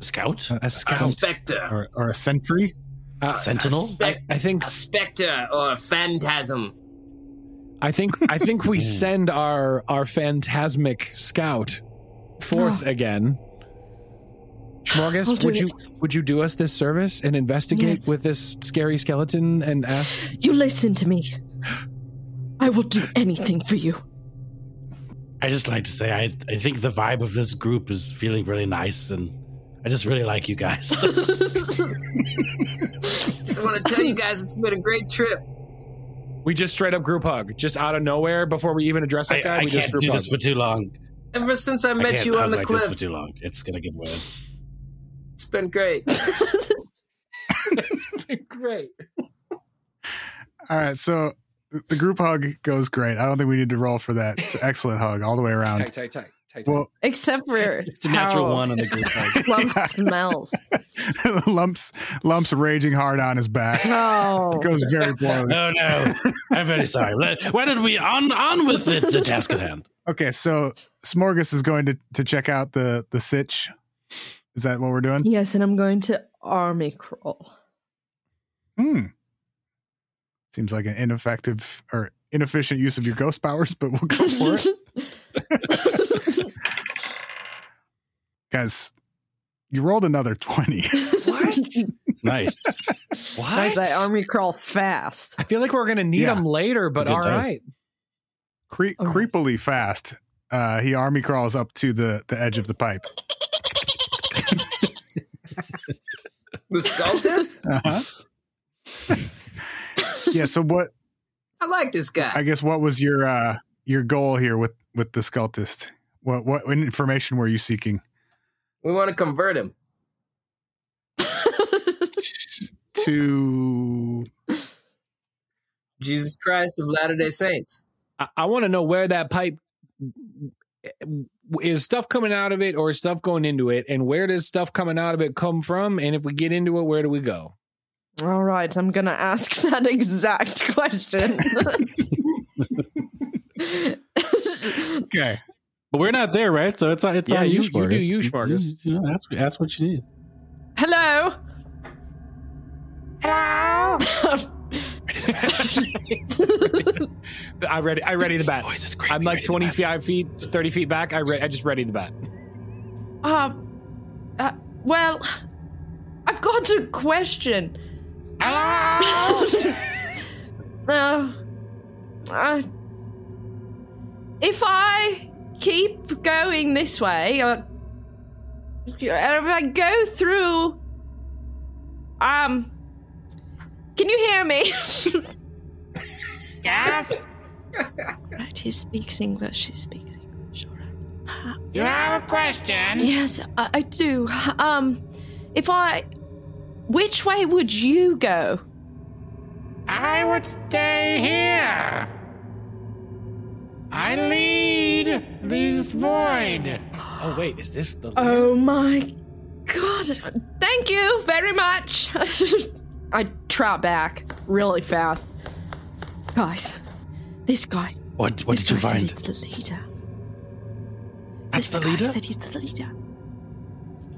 Scout? A scout, Spectre. Or, or a sentry? Uh, Sentinel? I, I think A spectre or a phantasm. I think I think we <laughs> Mm. send our our phantasmic scout forth again. Oh. I'll Schmorgas, do would it. you would you do us this service and investigate Yes. with this scary skeleton and ask? You listen to me. I will do anything for you. I just like to say I, I think the vibe of this group is feeling really nice and I just really like you guys. <laughs> Just want to tell you guys it's been a great trip. We just straight up group hug, just out of nowhere before we even address I, that guy. I we just can't group do hug. this for too long. Ever since I I met can't you on hug the like this for cliff, too long. It's gonna get weird. it's been great. Great. All right, so th- the group hug goes great. I don't think we need to roll for that. It's an excellent hug all the way around. Tight, tight, tight, tight. Well, Except for It's a natural how one on the group hug. Plum smells. <laughs> lumps lumps raging hard on his back. Oh. It goes very poorly. Oh <laughs> no. I'm very sorry. Let- Why don't we on on with the, the task at hand? Okay, so Smorgas is going to, to check out the the sitch. Is that what we're doing? Yes, and I'm going to army crawl. Hmm. Seems like an ineffective or inefficient use of your ghost powers, but we'll go for it. Guys, you rolled another 20. Nice. Guys, I army crawl fast. I feel like we're gonna need Yeah. him later, but It's a good all dice. right. Cre- All right. creepily fast. Uh, he army crawls up to the, the edge of the pipe. <laughs> The sculptist? Uh-huh. <laughs> yeah, so what I like this guy. I guess what was your uh your goal here with with the sculptist? What what information were you seeking? We want to convert him. to Jesus Christ of Latter Day Saints. I, I want to know where that pipe is stuff coming out of it or is stuff going into it and where does stuff coming out of it come from and if we get into it where do we go All right, I'm gonna ask <laughs> that exact <laughs> question. okay. But we're not there, right? So it's on it's Yeah, on you- you. you do Spargus. you, Spargus. You, you know, that's that's what you need. Hello. Hello. i ready i ready the bat Voice is great. i'm like 25 feet 30 feet back i re- i just ready the bat um. Uh, well, I've got a question. Hello. <laughs> uh, uh, if I keep going this way, uh, and if I go through, um, can you hear me? <laughs> Yes. right, he speaks English. He speaks English. All right. You have a question. Yes, I, I do. Um, if I, which way would you go? I would stay here. I lead this void. Oh wait, is this the? Uh, Oh my god! Thank you very much. <laughs> I trot back really fast, guys. This guy. What what this did you guy said find? he's the leader. That's this the guy leader? said he's the leader.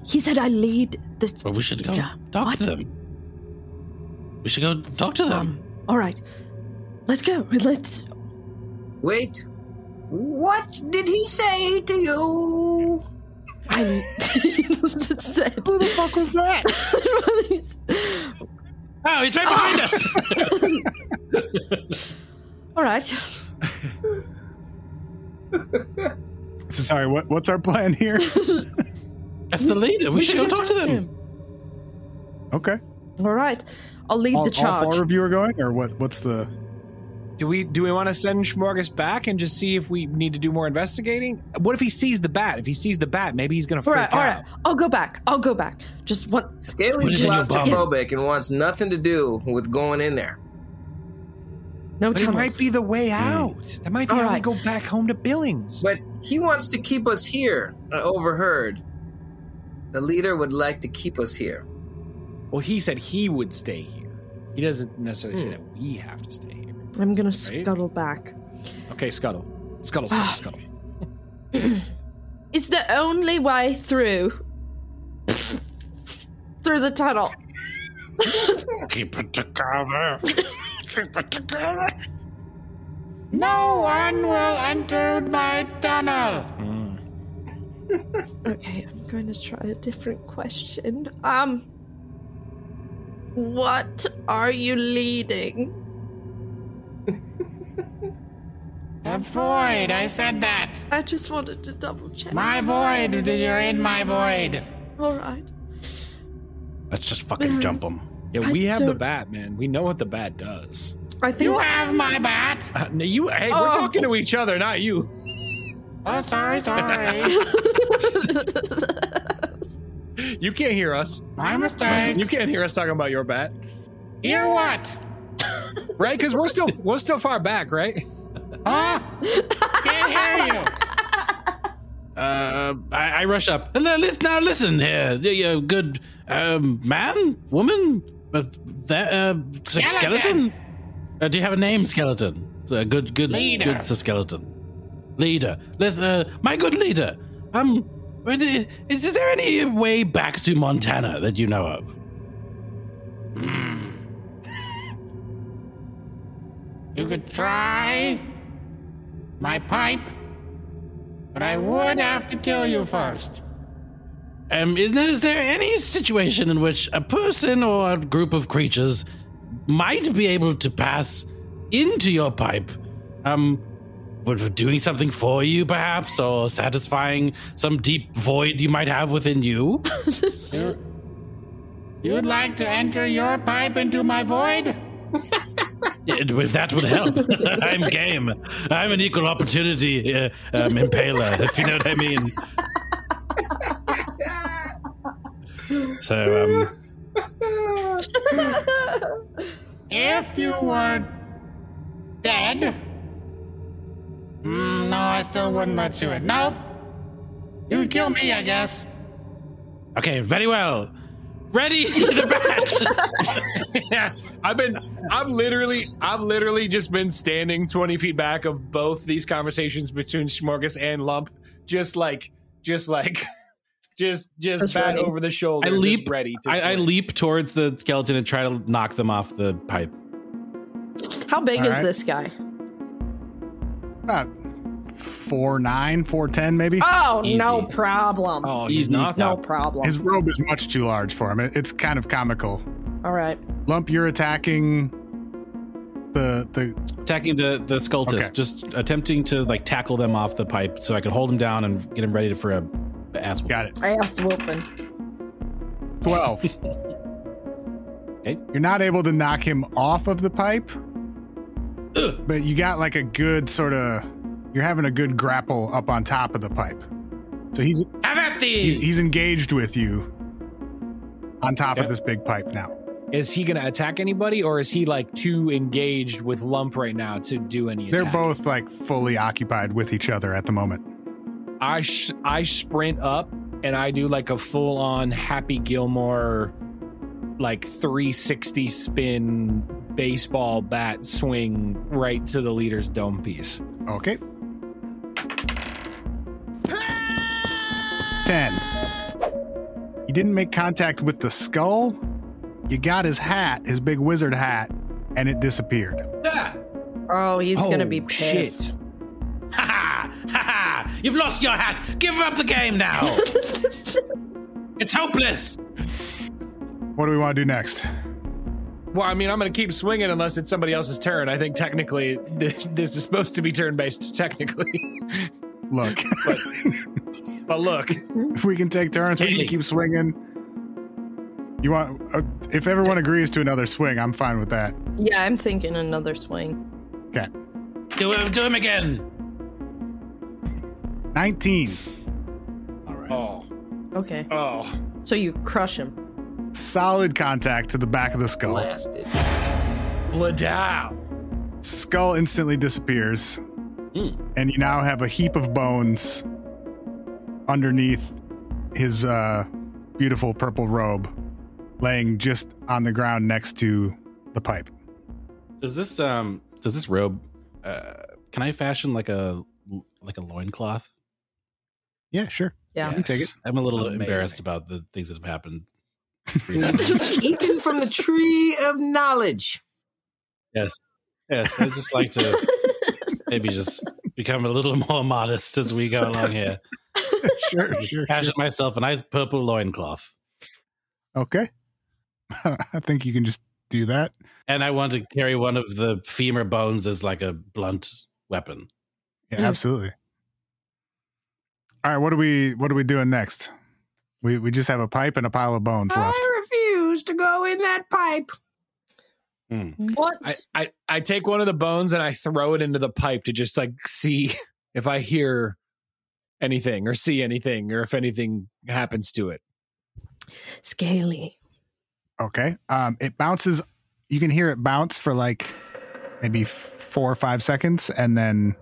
He said I lead this. Well, we should go leader. talk What? to them. We should go talk to them. Um. All right, let's go. Let's. Wait. What did he say to you? <laughs> I said. Who the fuck was that? oh, he's <laughs> right behind us. All right. So sorry, what what's our plan <laughs> here? That's the leader. We should go talk to them. Okay. All right. I'll lead All, the all charge. four of you are going or what what's the do we do we want to send Schmorgas back and just see if we need to do more investigating what if he sees the bat if he sees the bat maybe he's gonna all freak right, out all right. I'll go back. I'll go back. Just one. Put Scaly's it in your bum. claustrophobic and wants nothing to do with going in there. No But it tunnels. Hmm. might be the way out. That might be All how we right. go back home to Billings. But he wants to keep us here. I overheard. The leader would like to keep us here. Well, he said he would stay here. He doesn't necessarily Hmm. say that we have to stay here. I'm gonna scuttle back. Okay, scuttle, scuttle, Ah, scuttle, scuttle. Is the only way through through the tunnel? <laughs> Keep it together. Keep it together. No one will enter my tunnel. Mm. <laughs> Okay, I'm going to try a different question. Um, what are you leading? <laughs> The void, I said that. I just wanted to double check. My void, you're in my void. All right. Let's just fucking jump them. Yeah, I we have the don't- bat, man. We know what the bat does. I think. You have my bat. Uh, no, you, hey, we're Oh. talking to each other, not you. Oh, sorry, sorry. <laughs> You can't hear us. My mistake. You can't hear us talking about your bat, Hear what? right? Because we're still we're still far back, right? Huh? Can't hear you. Uh, I, I rush up. "Hello, Listen, now listen here, you you good um, man, woman, but that uh, s- Skeleton. skeleton. Uh, do you have a name, skeleton? Uh, good, good, Leader. good, sir skeleton. Leader, listen, uh, my good leader. Um, what i- is, is there any way back to Montana that you know of? You could try my pipe, but I would have to kill you first. Um, is there, is there any situation in which a person or a group of creatures might be able to pass into your pipe? Um, but doing something for you, perhaps, or satisfying some deep void you might have within you? You'd like to enter your pipe into my void? It- if that would help, <laughs> I'm game. I'm an equal opportunity uh, um, impaler, if you know what I mean. So, um, If you were dead, mm, no, I still wouldn't let you in. Nope. You kill me, I guess. Okay, very well. Ready the bat. yeah, <laughs> I've been, I've literally, I've literally just been standing twenty feet back of both these conversations between Schmorgus and Lump, just like, just like, <laughs> just, just Just back ready. over the shoulder. I just leap- ready. To I, I swing. leap towards the skeleton and try to knock them off the pipe. How big All is right. this guy? About four nine, four ten, maybe. Oh, Easy. no problem. Oh, he's Easy. not no that- problem. His robe is much too large for him. It- It's kind of comical. All right. Lump, you're attacking the the Attacking the the sculptist, Okay. just attempting to like tackle them off the pipe so I can hold him down and get him ready for a a ass. whoop. got it. I have to open. Twelve. Okay. You're not able to knock him off of the pipe. But you got like a good sort of you're having a good grapple up on top of the pipe. So he's Have at he's, thee. he's engaged with you on top Yep. of this big pipe now. Is he going to attack anybody, or is he like too engaged with Lump right now to do any? They're attack? both like fully occupied with each other at the moment. I sh- I sprint up and I do like a full on Happy Gilmore, like 360 spin baseball bat swing right to the leader's dome piece. Okay. 10. You didn't make contact with the skull. You got his hat, his big wizard hat, and it disappeared. Oh, he's gonna Oh, be shit. pissed. Ha ha! Ha ha! You've lost your hat. Give up the game now. it's hopeless. What do we want to do next? Well, I mean, I'm going to keep swinging unless it's somebody else's turn. I think technically th- this is supposed to be turn based, technically. Look, But <laughs> look, if we can take turns, we can Hey. keep swinging. You want, uh, if everyone agrees to another swing, I'm fine with that. Yeah, I'm thinking another swing. Do him. Do him again. 19. oh, Okay. oh, So you crush him. Solid contact to the back of the skull. Blasted. Bladow. skull instantly disappears, and you now have a heap of bones underneath his uh, beautiful purple robe, laying just on the ground next to the pipe. Does this um does this robe uh can I fashion like a like a loincloth? Yeah, sure. <laughs> Yeah. can take it. I'm a little Amazing. embarrassed about the things that have happened recently. Eaten from the tree of knowledge. yes. Yes. I just like to maybe just become a little <laughs> more modest as we go along here. <laughs> Sure, Just sure. fashion myself a nice purple loincloth. Okay. <laughs> I think you can just do that. And I want to carry one of the femur bones as like a blunt weapon. Yeah, Mm. absolutely. All right, what are we what are we doing next? We we just have a pipe and a pile of bones left. I refuse to go in that pipe. What? I, I, I take one of the bones and I throw it into the pipe to just like see if I hear anything or see anything or if anything happens to it. Scaly. Okay. Um, it bounces. You can hear it bounce for like maybe four or five seconds, and then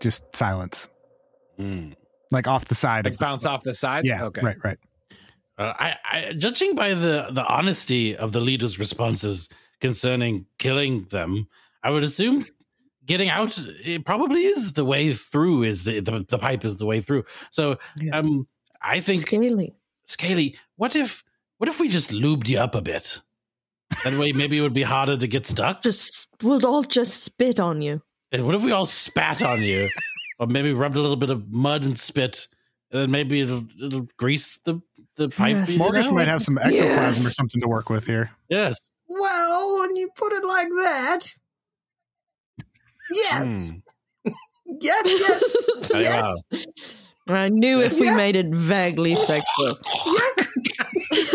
just silence, Mm. like off the side. Like Of bounce off the sides. yeah. Okay. Right. Right. Uh, I, I, judging by the the honesty of the leader's responses concerning killing them, I would assume getting out it probably is the way through. Is the the, the pipe is the way through? So, um, I think Scaly. Scaly, what if what if we just lubed you up a bit? That way, maybe it would be harder to get stuck. Just we'll all just spit on you. And what if we all spat on you, or maybe rubbed a little bit of mud and spit, and then maybe it'll, it'll grease the the pipe. Yes. you Morgus know? might have some ectoplasm Yes. or something to work with here. yes. Well, when you put it like that. Yes. Hmm. Yes, yes, yes, I knew if we Yes. made it <laughs> vaguely sexual. yes.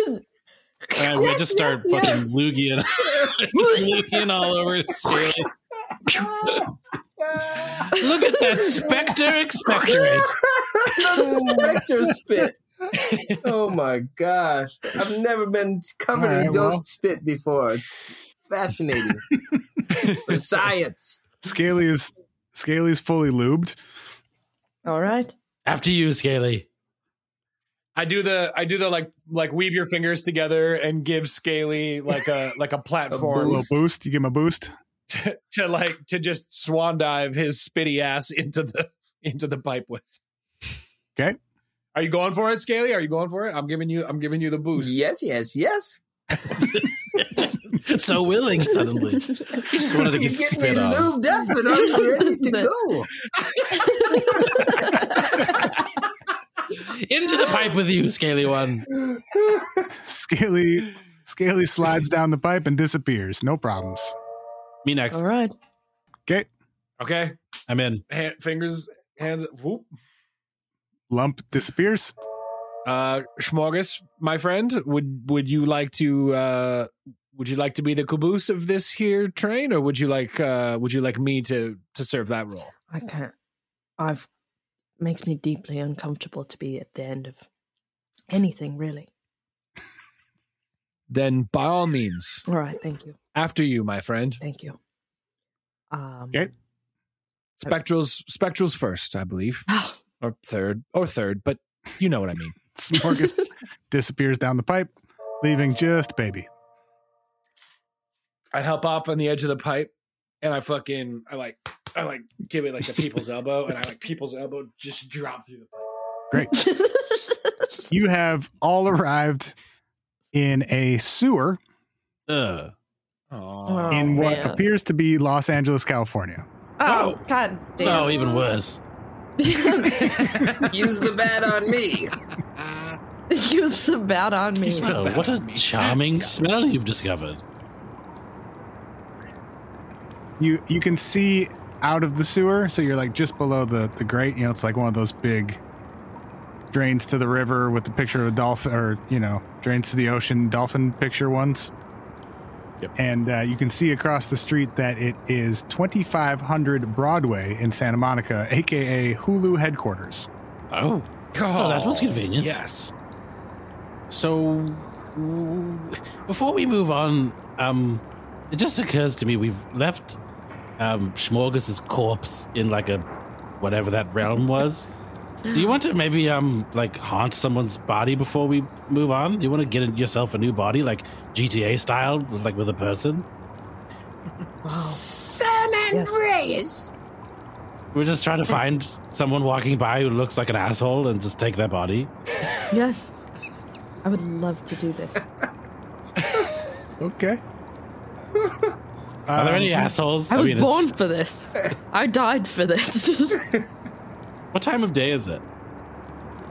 And we Yes, just start yes, fucking yes. loogie and <laughs> just loogieing all over Scaly. Ah. Look at that specter expectorate. Spectre spit. <laughs> oh my gosh. I've never been covered All right, in ghost spit before. It's <laughs> fascinating. For science. Scaly is Scaly is fully lubed. All right. After you, Scaly. I do the I do the like like weave your fingers together and give Scaly like a like <laughs> a A platform little boost. You give him a boost. to, to like to just swan dive his spitty ass into the into the pipe with. Okay. Are you going for it, Scaly? Are you going for it? I'm giving you I'm giving you the boost. Yes, yes, yes. <laughs> so willing suddenly. Just wanted to get You're getting spit me on. lubed up <laughs> and I'm ready to go. Into the pipe with you, Scaly one. Scaly Scaly slides down the pipe and disappears. No problems. Me next. All right. Okay. Okay. I'm in. Hand, fingers, hands. Whoop. Lump disappears. Uh, Schmorgus, my friend, would would you like to uh, would you like to be the caboose of this here train, or would you like uh, would you like me to to serve that role? I can't. I've makes me deeply uncomfortable to be at the end of anything really. Then, by all means, All right. Thank you. after you, my friend. Thank you. Um, Okay. <gasps> Spectrals, spectrals first, I believe, Oh, or third, or third, but you know what I mean. Smorgus disappears down the pipe, leaving just baby. I help up on the edge of the pipe, and I fucking I like I like give it like the people's elbow, and I like people's elbow just drop through the pipe. You have all arrived in a sewer Uh, Aww. Oh, in what man. appears to be Los Angeles, California. Oh, God oh, damn. even worse. Use the bat on me. <laughs> Use the bat on me. Oh, what a charming smell you've discovered. You you can see out of the sewer, so you're like just below the the grate. You know, it's like one of those big drains to the river with the picture of a dolphin, or you know, drains to the ocean dolphin picture ones. Yep. And uh, you can see across the street that it is 2500 Broadway in Santa Monica, aka Hulu headquarters. Oh, Oh, that was convenient. Yes. So, w- before we move on, um, it just occurs to me we've left um, Schmorgus's corpse in like a whatever that realm was. Do you want to maybe um like haunt someone's body before we move on? Do you want to get yourself a new body, like GTA style, with, like with a person? Wow. San Andreas. We're just trying to find someone walking by who looks like an asshole and just take their body. Yes. I would love to do this. Okay. <laughs> Are there Um, any assholes? I was mean, it's- born for this. I died for this. What time of day is it?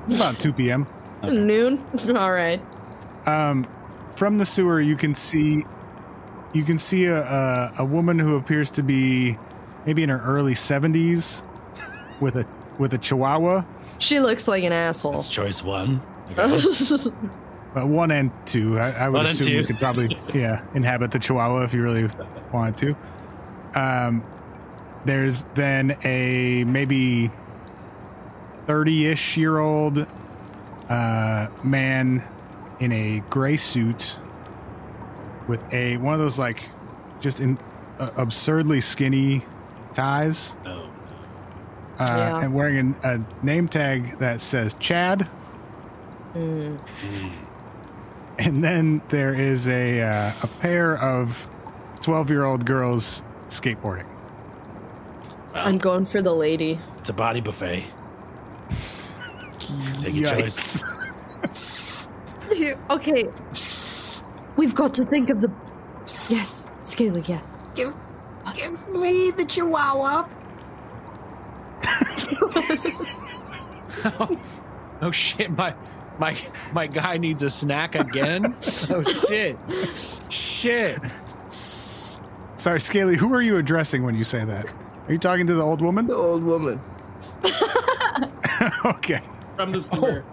It's about 2 p.m. <laughs> Noon. All right. Um, from the sewer, you can see you can see a, a a woman who appears to be maybe in her early seventies with a with a chihuahua, She looks like an asshole. That's choice one. but one and two. I, I would One and assume you two. could <laughs> probably yeah inhabit the chihuahua if you really wanted to. Um, there's then a maybe thirty-ish year old uh, man in a gray suit with a one of those like just in uh, absurdly skinny ties Oh. uh, Yeah. and wearing an, a name tag that says Chad. Mm. And then there is a uh, a pair of twelve year old girls skateboarding. I'm going for the lady. It's a body buffet. Take your choice. Yikes! Okay. We've got to think of the. Yes. Scaly, yes. Give, give me the Chihuahua. <laughs> Oh shit, my my my guy needs a snack <laughs> again. oh shit. Shit. <laughs> Sorry, Scaly. Who are you addressing when you say that? Are you talking to the old woman? The old woman. <laughs> okay. From the store.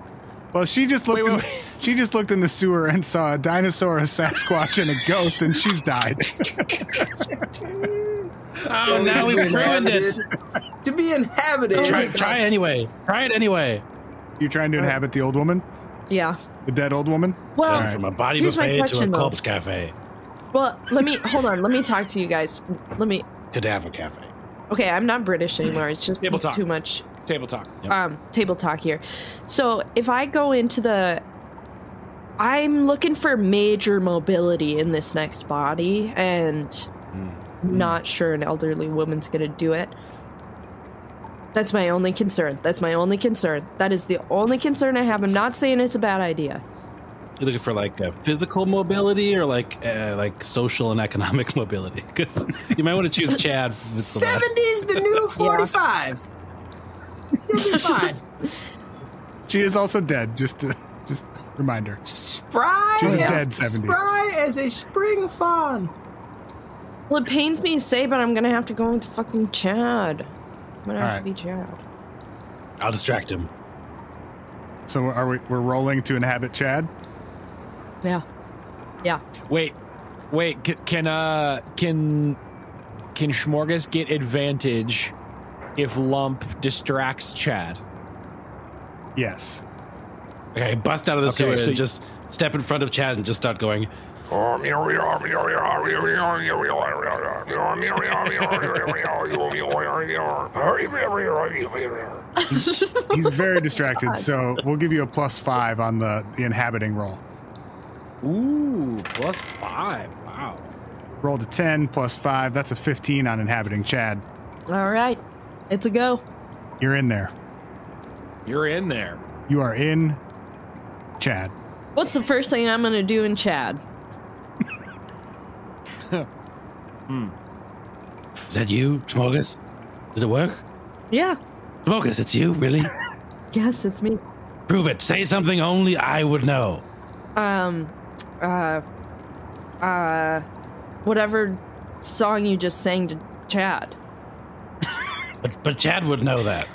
Well, she just looked. Wait, in, wait, She just looked in the sewer and saw a dinosaur, a Sasquatch, and a ghost, and she's died. <laughs> Oh, now we've ruined it. To be inhabited. Try, try anyway. Try it anyway. You're trying to inhabit the old woman. Yeah. The dead old woman? Well, All right. From a body Here's my buffet to a question, though. corpse cafe, Well, let me hold on. Let me talk to you guys. Let me. cadaver cafe. Okay, I'm not British anymore. It's just Table talk. too much Table talk. um, table talk here. So if I go into the, I'm looking for major mobility in this next body, and not sure an elderly woman's gonna do it. That's my only concern. That's my only concern. That is the only concern I have. I'm not saying it's a bad idea. You're looking for like uh, physical mobility or like uh, like social and <laughs> economic mobility? Because you might want to choose Chad. if it's the latter. 70 is the new 45. You'll be fine. She is also dead, just to, just reminder. Spry She's a as, dead 70. Spry as a spring fawn. Well, it pains me to say, but I'm gonna have to go with fucking Chad. I'm gonna have Alright. to be Chad. I'll distract him. So are we we're rolling to inhabit Chad? Yeah. Yeah. Wait, wait. c- Can uh can can Schmorgas get advantage if Lump distracts Chad? Yes. Okay, bust out of the Okay, sewer so and you- just step in front of Chad and just start going. He's very distracted, so we'll give you a plus five on the, the inhabiting roll. Ooh, plus five. Wow. Roll to ten plus five. That's a fifteen on inhabiting Chad. All right. It's a go. You're in there. You're in there. You are in Chad. What's the first thing I'm gonna do in Chad? Is that you, Smogus? Did it work? Yeah. Smogus, it's you, really? Yes, it's me. Prove it. Say something only I would know. Um, uh, uh, whatever song you just sang to Chad. But but Chad would know that.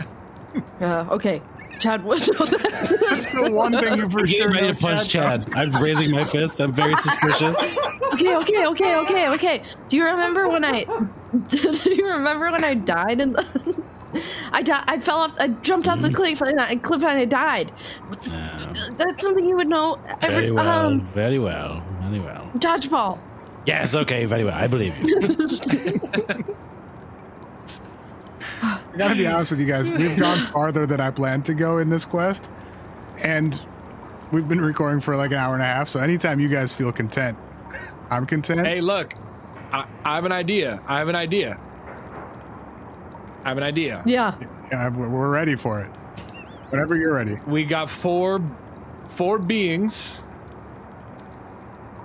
Uh, okay. Chad would know that. The one thing you for <laughs> Getting sure ready know to punch Chad. Chad. I'm raising my fist. I'm very suspicious. <laughs> Okay, okay, okay, okay, okay. Do you remember when I? <laughs> Do you remember when I died in the? <laughs> I di- I fell off. I jumped off the Mm. cliff and I cliff and I died. That's something you would know. Very well. Um, very well. Very well. dodgeball. Yes. Okay. Very well. I believe you. I gotta be honest with you guys. We've gone farther than I planned to go in this quest, and we've been recording for like an hour and a half. So anytime you guys feel content, I'm content. Hey, look. I, I have an idea. I have an idea. I have an idea. Yeah. Yeah, we're we're ready for it. Whenever you're ready. We got four four beings.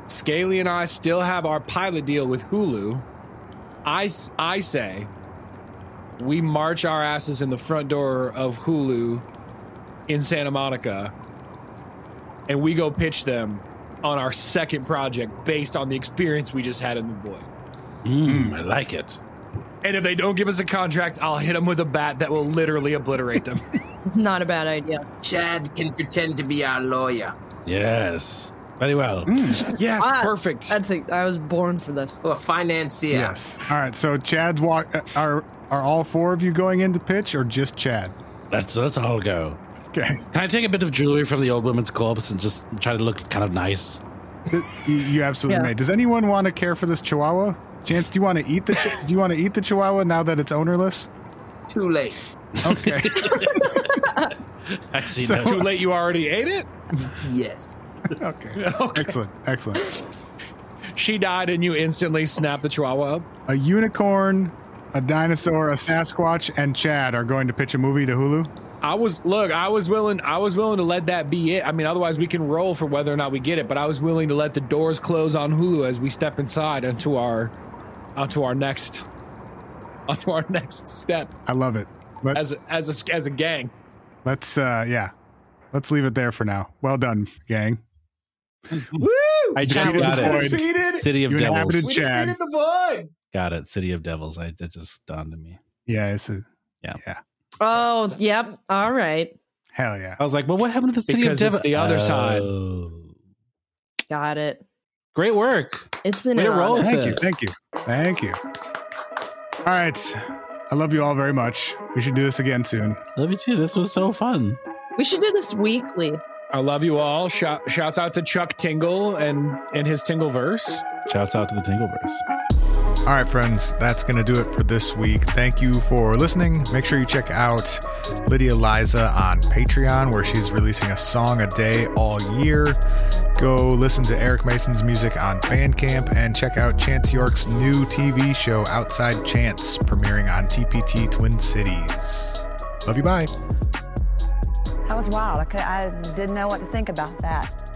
Scaly and I still have our pilot deal with Hulu. I I say we march our asses in the front door of Hulu in Santa Monica and we go pitch them on our second project based on the experience we just had in the void. Mm, I like it. And if they don't give us a contract, I'll hit them with a bat that will literally obliterate them. It's not a bad idea. Chad can pretend to be our lawyer. Yes. Very well. yes, Ah, perfect. That's a, I was born for this. Or financier. Yes. All right. So Chad's walk. uh, Are are all four of you going into pitch or just Chad? Let's let's all go. Okay. Can I take a bit of jewelry from the old woman's corpse and just try to look kind of nice? You, you absolutely Yeah. may. Does anyone want to care for this Chihuahua? Chance, do you want to eat the chi- Do you want to eat the Chihuahua now that it's ownerless? Too late. Okay. Actually, So- no. <laughs> Too late, you already ate it? Yes. okay. Okay. Excellent. Excellent. She died, and you instantly snap the chihuahua up. A unicorn, a dinosaur, a Sasquatch, and Chad are going to pitch a movie to Hulu. I was look, I was willing, I was willing to let that be it. I mean, otherwise we can roll for whether or not we get it. But I was willing to let the doors close on Hulu as we step inside onto our, onto our next, onto our next step I love it. Let, as a, as a, as a gang. let's uh yeah. Let's leave it there for now. Well done, gang. I just Defeated got the it. void. City of You Devils. inhabited Chad. Got it. City of Devils. I that just dawned on me. Yeah, it's a, Oh, yep. All right. hell <laughs> yeah. I was like, well, what happened to the City Because of it's Devils? the Oh. other side. Got it. Great work. It's been Way an to roll. honor. Thank the- you. Thank you. Thank you. All right. I love you all very much. We should do this again soon. Love you too. This was so fun. We should do this weekly. I love you all. Shout, shouts out to Chuck Tingle and and his Tingle verse. Shouts out to the Tingleverse. All right, friends, that's going to do it for this week. Thank you for listening. Make sure you check out Lydia Liza on Patreon, where she's releasing a song a day all year. Go listen to Eric Mason's music on Bandcamp and check out Chance York's new TV show, Outside Chance, premiering on TPT Twin Cities. Love you, bye. That was wild. I, could, I didn't know what to think about that.